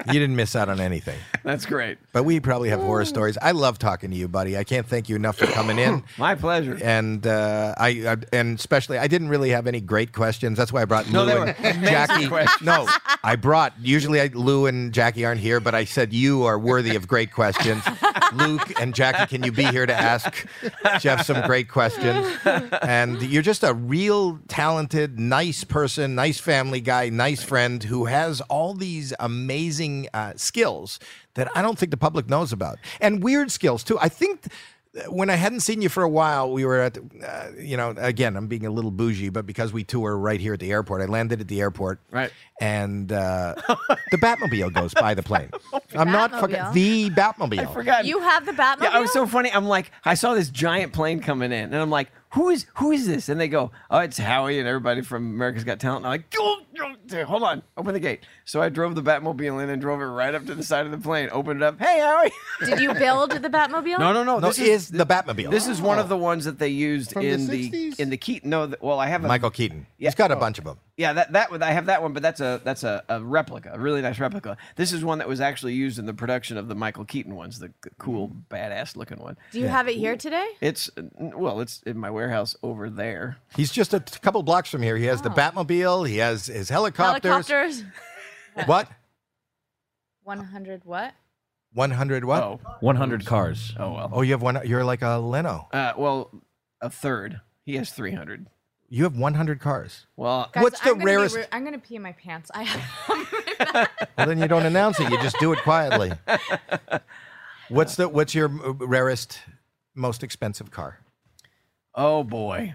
[SPEAKER 2] you didn't miss out on anything.
[SPEAKER 8] That's great.
[SPEAKER 2] But we probably have horror stories. I love talking to you, buddy. I can't thank you enough for coming in.
[SPEAKER 8] My pleasure.
[SPEAKER 2] and uh, I, I and especially I didn't really have any great questions. That's why I brought
[SPEAKER 8] No,
[SPEAKER 2] Lou
[SPEAKER 8] they were
[SPEAKER 2] and Jackie. No, I brought usually I, Lou and Jackie aren't here, but I said you are worthy of great questions. Luke and Jackie, can you be here to ask Jeff some great questions? And you're just a real talented, nice person, nice family guy, nice friend who has all these amazing uh, skills that I don't think the public knows about and weird skills too. I think. th- when I hadn't seen you for a while, we were at, uh, you know, again, I'm being a little bougie, but because we tour right here at the airport, I landed at the airport.
[SPEAKER 8] Right.
[SPEAKER 2] And uh, the Batmobile goes by the plane. I'm not fucking
[SPEAKER 7] Batmobile.
[SPEAKER 2] the Batmobile.
[SPEAKER 8] I forgot.
[SPEAKER 7] You have the Batmobile.
[SPEAKER 8] Yeah, I was so funny. I'm like, I saw this giant plane coming in, and I'm like, who is who is this? And they go, oh, it's Howie and everybody from America's Got Talent. And I'm like, "Oh, oh, hold on, open the gate. So I drove the Batmobile in and drove it right up to the side of the plane, opened it up. Hey, Howie.
[SPEAKER 7] Did you build the Batmobile?
[SPEAKER 8] No, no,
[SPEAKER 2] No,
[SPEAKER 8] no. this
[SPEAKER 2] is, the Batmobile.
[SPEAKER 8] this is one of the ones that they used
[SPEAKER 4] From the
[SPEAKER 8] in the,
[SPEAKER 4] 60s?
[SPEAKER 8] in the Keaton. No, the, well, I have a,
[SPEAKER 2] Michael Keaton.
[SPEAKER 8] Yeah.
[SPEAKER 2] He's got a bunch of them.
[SPEAKER 8] Yeah, that that one- I have that one, but that's a that's a, a replica, a really nice replica. This is one that was actually used in the production of the Michael Keaton ones, the c- cool, badass looking one.
[SPEAKER 7] Do you have it here today?
[SPEAKER 8] It's well, it's in my warehouse over there.
[SPEAKER 2] He's just a t- couple blocks from here. He has the
[SPEAKER 8] Oh.
[SPEAKER 2] Batmobile. He has his helicopters.
[SPEAKER 7] Helicopters.
[SPEAKER 2] What?
[SPEAKER 7] 100 what?
[SPEAKER 2] 100 what? Oh.
[SPEAKER 8] Oh,
[SPEAKER 11] 100 cars.
[SPEAKER 8] oh well.
[SPEAKER 2] you have one. You're like a Leno.
[SPEAKER 8] Uh, well, a third. He has three hundred.
[SPEAKER 2] You have 100 cars.
[SPEAKER 8] Well,
[SPEAKER 7] Guys,
[SPEAKER 2] What's the
[SPEAKER 7] I'm gonna be
[SPEAKER 2] rarest-
[SPEAKER 7] re- I'm going to pee in my pants. I
[SPEAKER 2] Well, then you don't announce it. You just do it quietly. What's the What's your uh, rarest, most expensive car?
[SPEAKER 8] oh boy,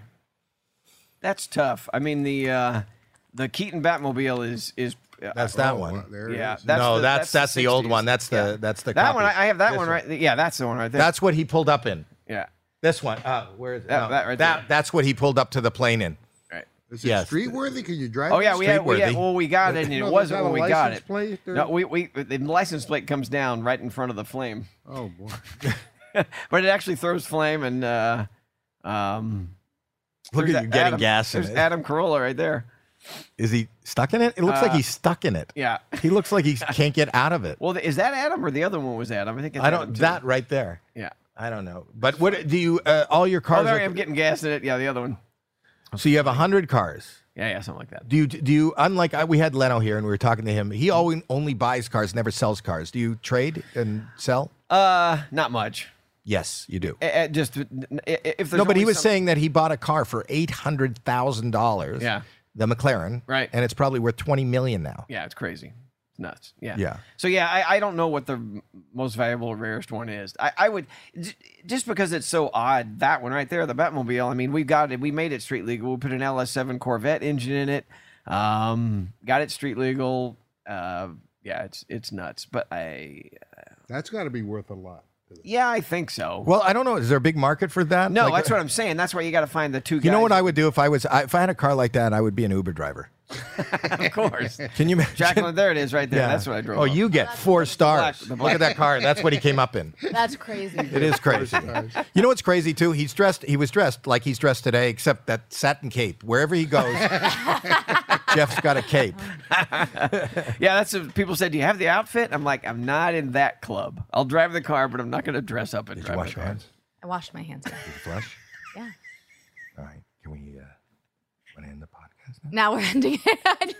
[SPEAKER 8] that's tough. I mean the uh, the Keaton Batmobile is is uh,
[SPEAKER 2] That's that one.
[SPEAKER 4] one. Oh, there it
[SPEAKER 8] yeah.
[SPEAKER 4] is.
[SPEAKER 8] That's
[SPEAKER 2] no,
[SPEAKER 8] the,
[SPEAKER 2] that's that's the, old
[SPEAKER 8] 60s.
[SPEAKER 2] one. That's the
[SPEAKER 8] Yeah.
[SPEAKER 2] that's the
[SPEAKER 8] that one. I,
[SPEAKER 2] copy.
[SPEAKER 8] I have that
[SPEAKER 2] This
[SPEAKER 8] one right. th- Yeah, that's the one right there.
[SPEAKER 2] That's what he pulled up in.
[SPEAKER 8] yeah.
[SPEAKER 2] This one. Uh, where is it?
[SPEAKER 8] That- that right there.
[SPEAKER 2] That's what he pulled up to the plane in.
[SPEAKER 8] Right.
[SPEAKER 4] Is it
[SPEAKER 2] Yes.
[SPEAKER 4] street worthy? Can you drive?
[SPEAKER 8] Oh yeah,
[SPEAKER 4] it?
[SPEAKER 8] we had, we had
[SPEAKER 2] Streetworthy.
[SPEAKER 8] well we got it and it
[SPEAKER 4] No,
[SPEAKER 8] wasn't
[SPEAKER 4] was
[SPEAKER 8] when
[SPEAKER 4] that a
[SPEAKER 8] we got
[SPEAKER 4] license
[SPEAKER 8] it.
[SPEAKER 4] plate or-
[SPEAKER 8] No, we, we the license plate comes down right in front of the flame.
[SPEAKER 4] Oh boy.
[SPEAKER 8] but it actually throws flame and uh um
[SPEAKER 2] Look
[SPEAKER 8] there's
[SPEAKER 2] at you
[SPEAKER 8] a-
[SPEAKER 2] getting
[SPEAKER 8] Adam,
[SPEAKER 2] gas in
[SPEAKER 8] there's
[SPEAKER 2] it.
[SPEAKER 8] Adam Carolla right there.
[SPEAKER 2] Is he stuck in it? It looks like he's stuck in it.
[SPEAKER 8] Yeah.
[SPEAKER 2] He looks like he can't get out of it.
[SPEAKER 8] Well, th- is that Adam or the other one was Adam? I think it's
[SPEAKER 2] I
[SPEAKER 8] Adam,
[SPEAKER 2] don't.
[SPEAKER 8] too.
[SPEAKER 2] That right there.
[SPEAKER 8] Yeah.
[SPEAKER 2] I don't know. But what do you? Uh, all your
[SPEAKER 8] Oh,
[SPEAKER 2] cars.
[SPEAKER 8] there
[SPEAKER 2] are-
[SPEAKER 8] I am getting gas in it. Yeah, the other one.
[SPEAKER 2] so you have hundred cars.
[SPEAKER 8] Yeah, yeah, something like that.
[SPEAKER 2] Do you? Do you? Unlike I, we had Leno here, and we were talking to him. He always only buys cars, never sells cars. Do you trade and sell?
[SPEAKER 8] Uh, not much.
[SPEAKER 2] Yes, you do.
[SPEAKER 8] Eh, eh, just eh, if there's
[SPEAKER 2] no, but he
[SPEAKER 8] only
[SPEAKER 2] was
[SPEAKER 8] some-
[SPEAKER 2] saying that he bought a car for eight hundred thousand dollars.
[SPEAKER 8] Yeah.
[SPEAKER 2] the McLaren.
[SPEAKER 8] Right.
[SPEAKER 2] and it's probably worth twenty million now.
[SPEAKER 8] Yeah, it's crazy. It's nuts. Yeah.
[SPEAKER 2] Yeah.
[SPEAKER 8] So yeah, I, I don't know what the m- most valuable or rarest one is. I, I would j- just because it's so odd that one right there, the Batmobile. I mean, we've got it. We made it street legal. We put an LS7 Corvette engine in it. Um, got it street legal. Uh, yeah, it's it's nuts. But I
[SPEAKER 4] That's got to be worth a lot.
[SPEAKER 8] yeah, I think so.
[SPEAKER 2] Well, I don't know. Is there a big market for that?
[SPEAKER 8] no,
[SPEAKER 2] Like, uh,
[SPEAKER 8] that's what I'm saying. That's why you got to find the two.
[SPEAKER 2] You know what I would do if I was I, if I had a car like that, I would be an Uber driver.
[SPEAKER 8] Of course,
[SPEAKER 2] Can you imagine?
[SPEAKER 8] Jacqueline. There it is, right there.
[SPEAKER 2] Yeah.
[SPEAKER 8] That's what I drove.
[SPEAKER 2] Oh,
[SPEAKER 8] on.
[SPEAKER 2] you get four stars.
[SPEAKER 8] the
[SPEAKER 2] Look at that car. That's what he came up in.
[SPEAKER 7] That's crazy.
[SPEAKER 2] It is crazy. you know what's crazy too? He's dressed. He was dressed like he's dressed today, except that satin cape. Wherever he goes, Jeff's got a cape.
[SPEAKER 8] Yeah, that's what people said. Do you have the outfit? I'm like, I'm not in that club. I'll drive the car, but I'm not going to dress up and drive the car.
[SPEAKER 7] I washed my hands.
[SPEAKER 2] Did you flush?
[SPEAKER 7] Yeah.
[SPEAKER 2] All right. Can we? Uh, want to end the podcast? Now?
[SPEAKER 7] Now we're ending it. I just-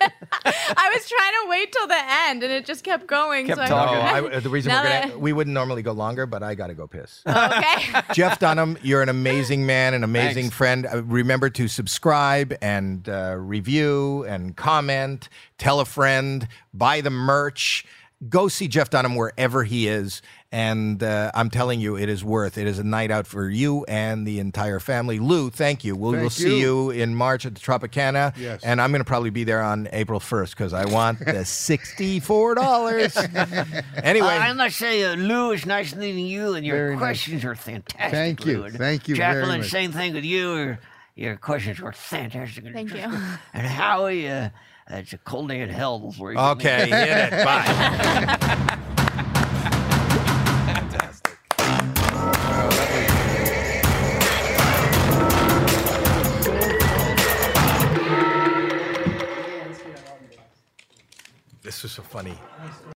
[SPEAKER 7] I was trying to wait till the end, and it just kept going.
[SPEAKER 8] Kept
[SPEAKER 7] so
[SPEAKER 2] No,
[SPEAKER 8] talking.
[SPEAKER 7] I,
[SPEAKER 2] I, the reason
[SPEAKER 7] Now
[SPEAKER 2] we're gonna
[SPEAKER 7] that-
[SPEAKER 2] we wouldn't normally go longer, but I gotta go piss.
[SPEAKER 7] okay.
[SPEAKER 2] Jeff Dunham, you're an amazing man, an amazing
[SPEAKER 8] Thanks.
[SPEAKER 2] friend. Uh, Remember to subscribe and uh, review and comment. Tell a friend, buy the merch. Go see Jeff Dunham wherever he is. And uh, I'm telling you, it is worth. It is a night out for you and the entire family. Lou, thank you. We'll, we'll see you
[SPEAKER 4] you.
[SPEAKER 2] in March at the Tropicana.
[SPEAKER 4] Yes.
[SPEAKER 2] And I'm going to probably be there on April 1st because I want the $64. anyway.
[SPEAKER 1] I must say, uh, Lou, it's nice meeting you, and your
[SPEAKER 4] Very nice.
[SPEAKER 1] questions are fantastic.
[SPEAKER 4] Thank you.
[SPEAKER 1] Lou.
[SPEAKER 4] Thank you very
[SPEAKER 1] Jacqueline,
[SPEAKER 4] much.
[SPEAKER 1] same thing with you. Your, your questions were fantastic.
[SPEAKER 7] Thank you.
[SPEAKER 1] And Howie, uh, it's a cold day in hell before you.
[SPEAKER 2] Okay, hit it. Bye. This was so funny.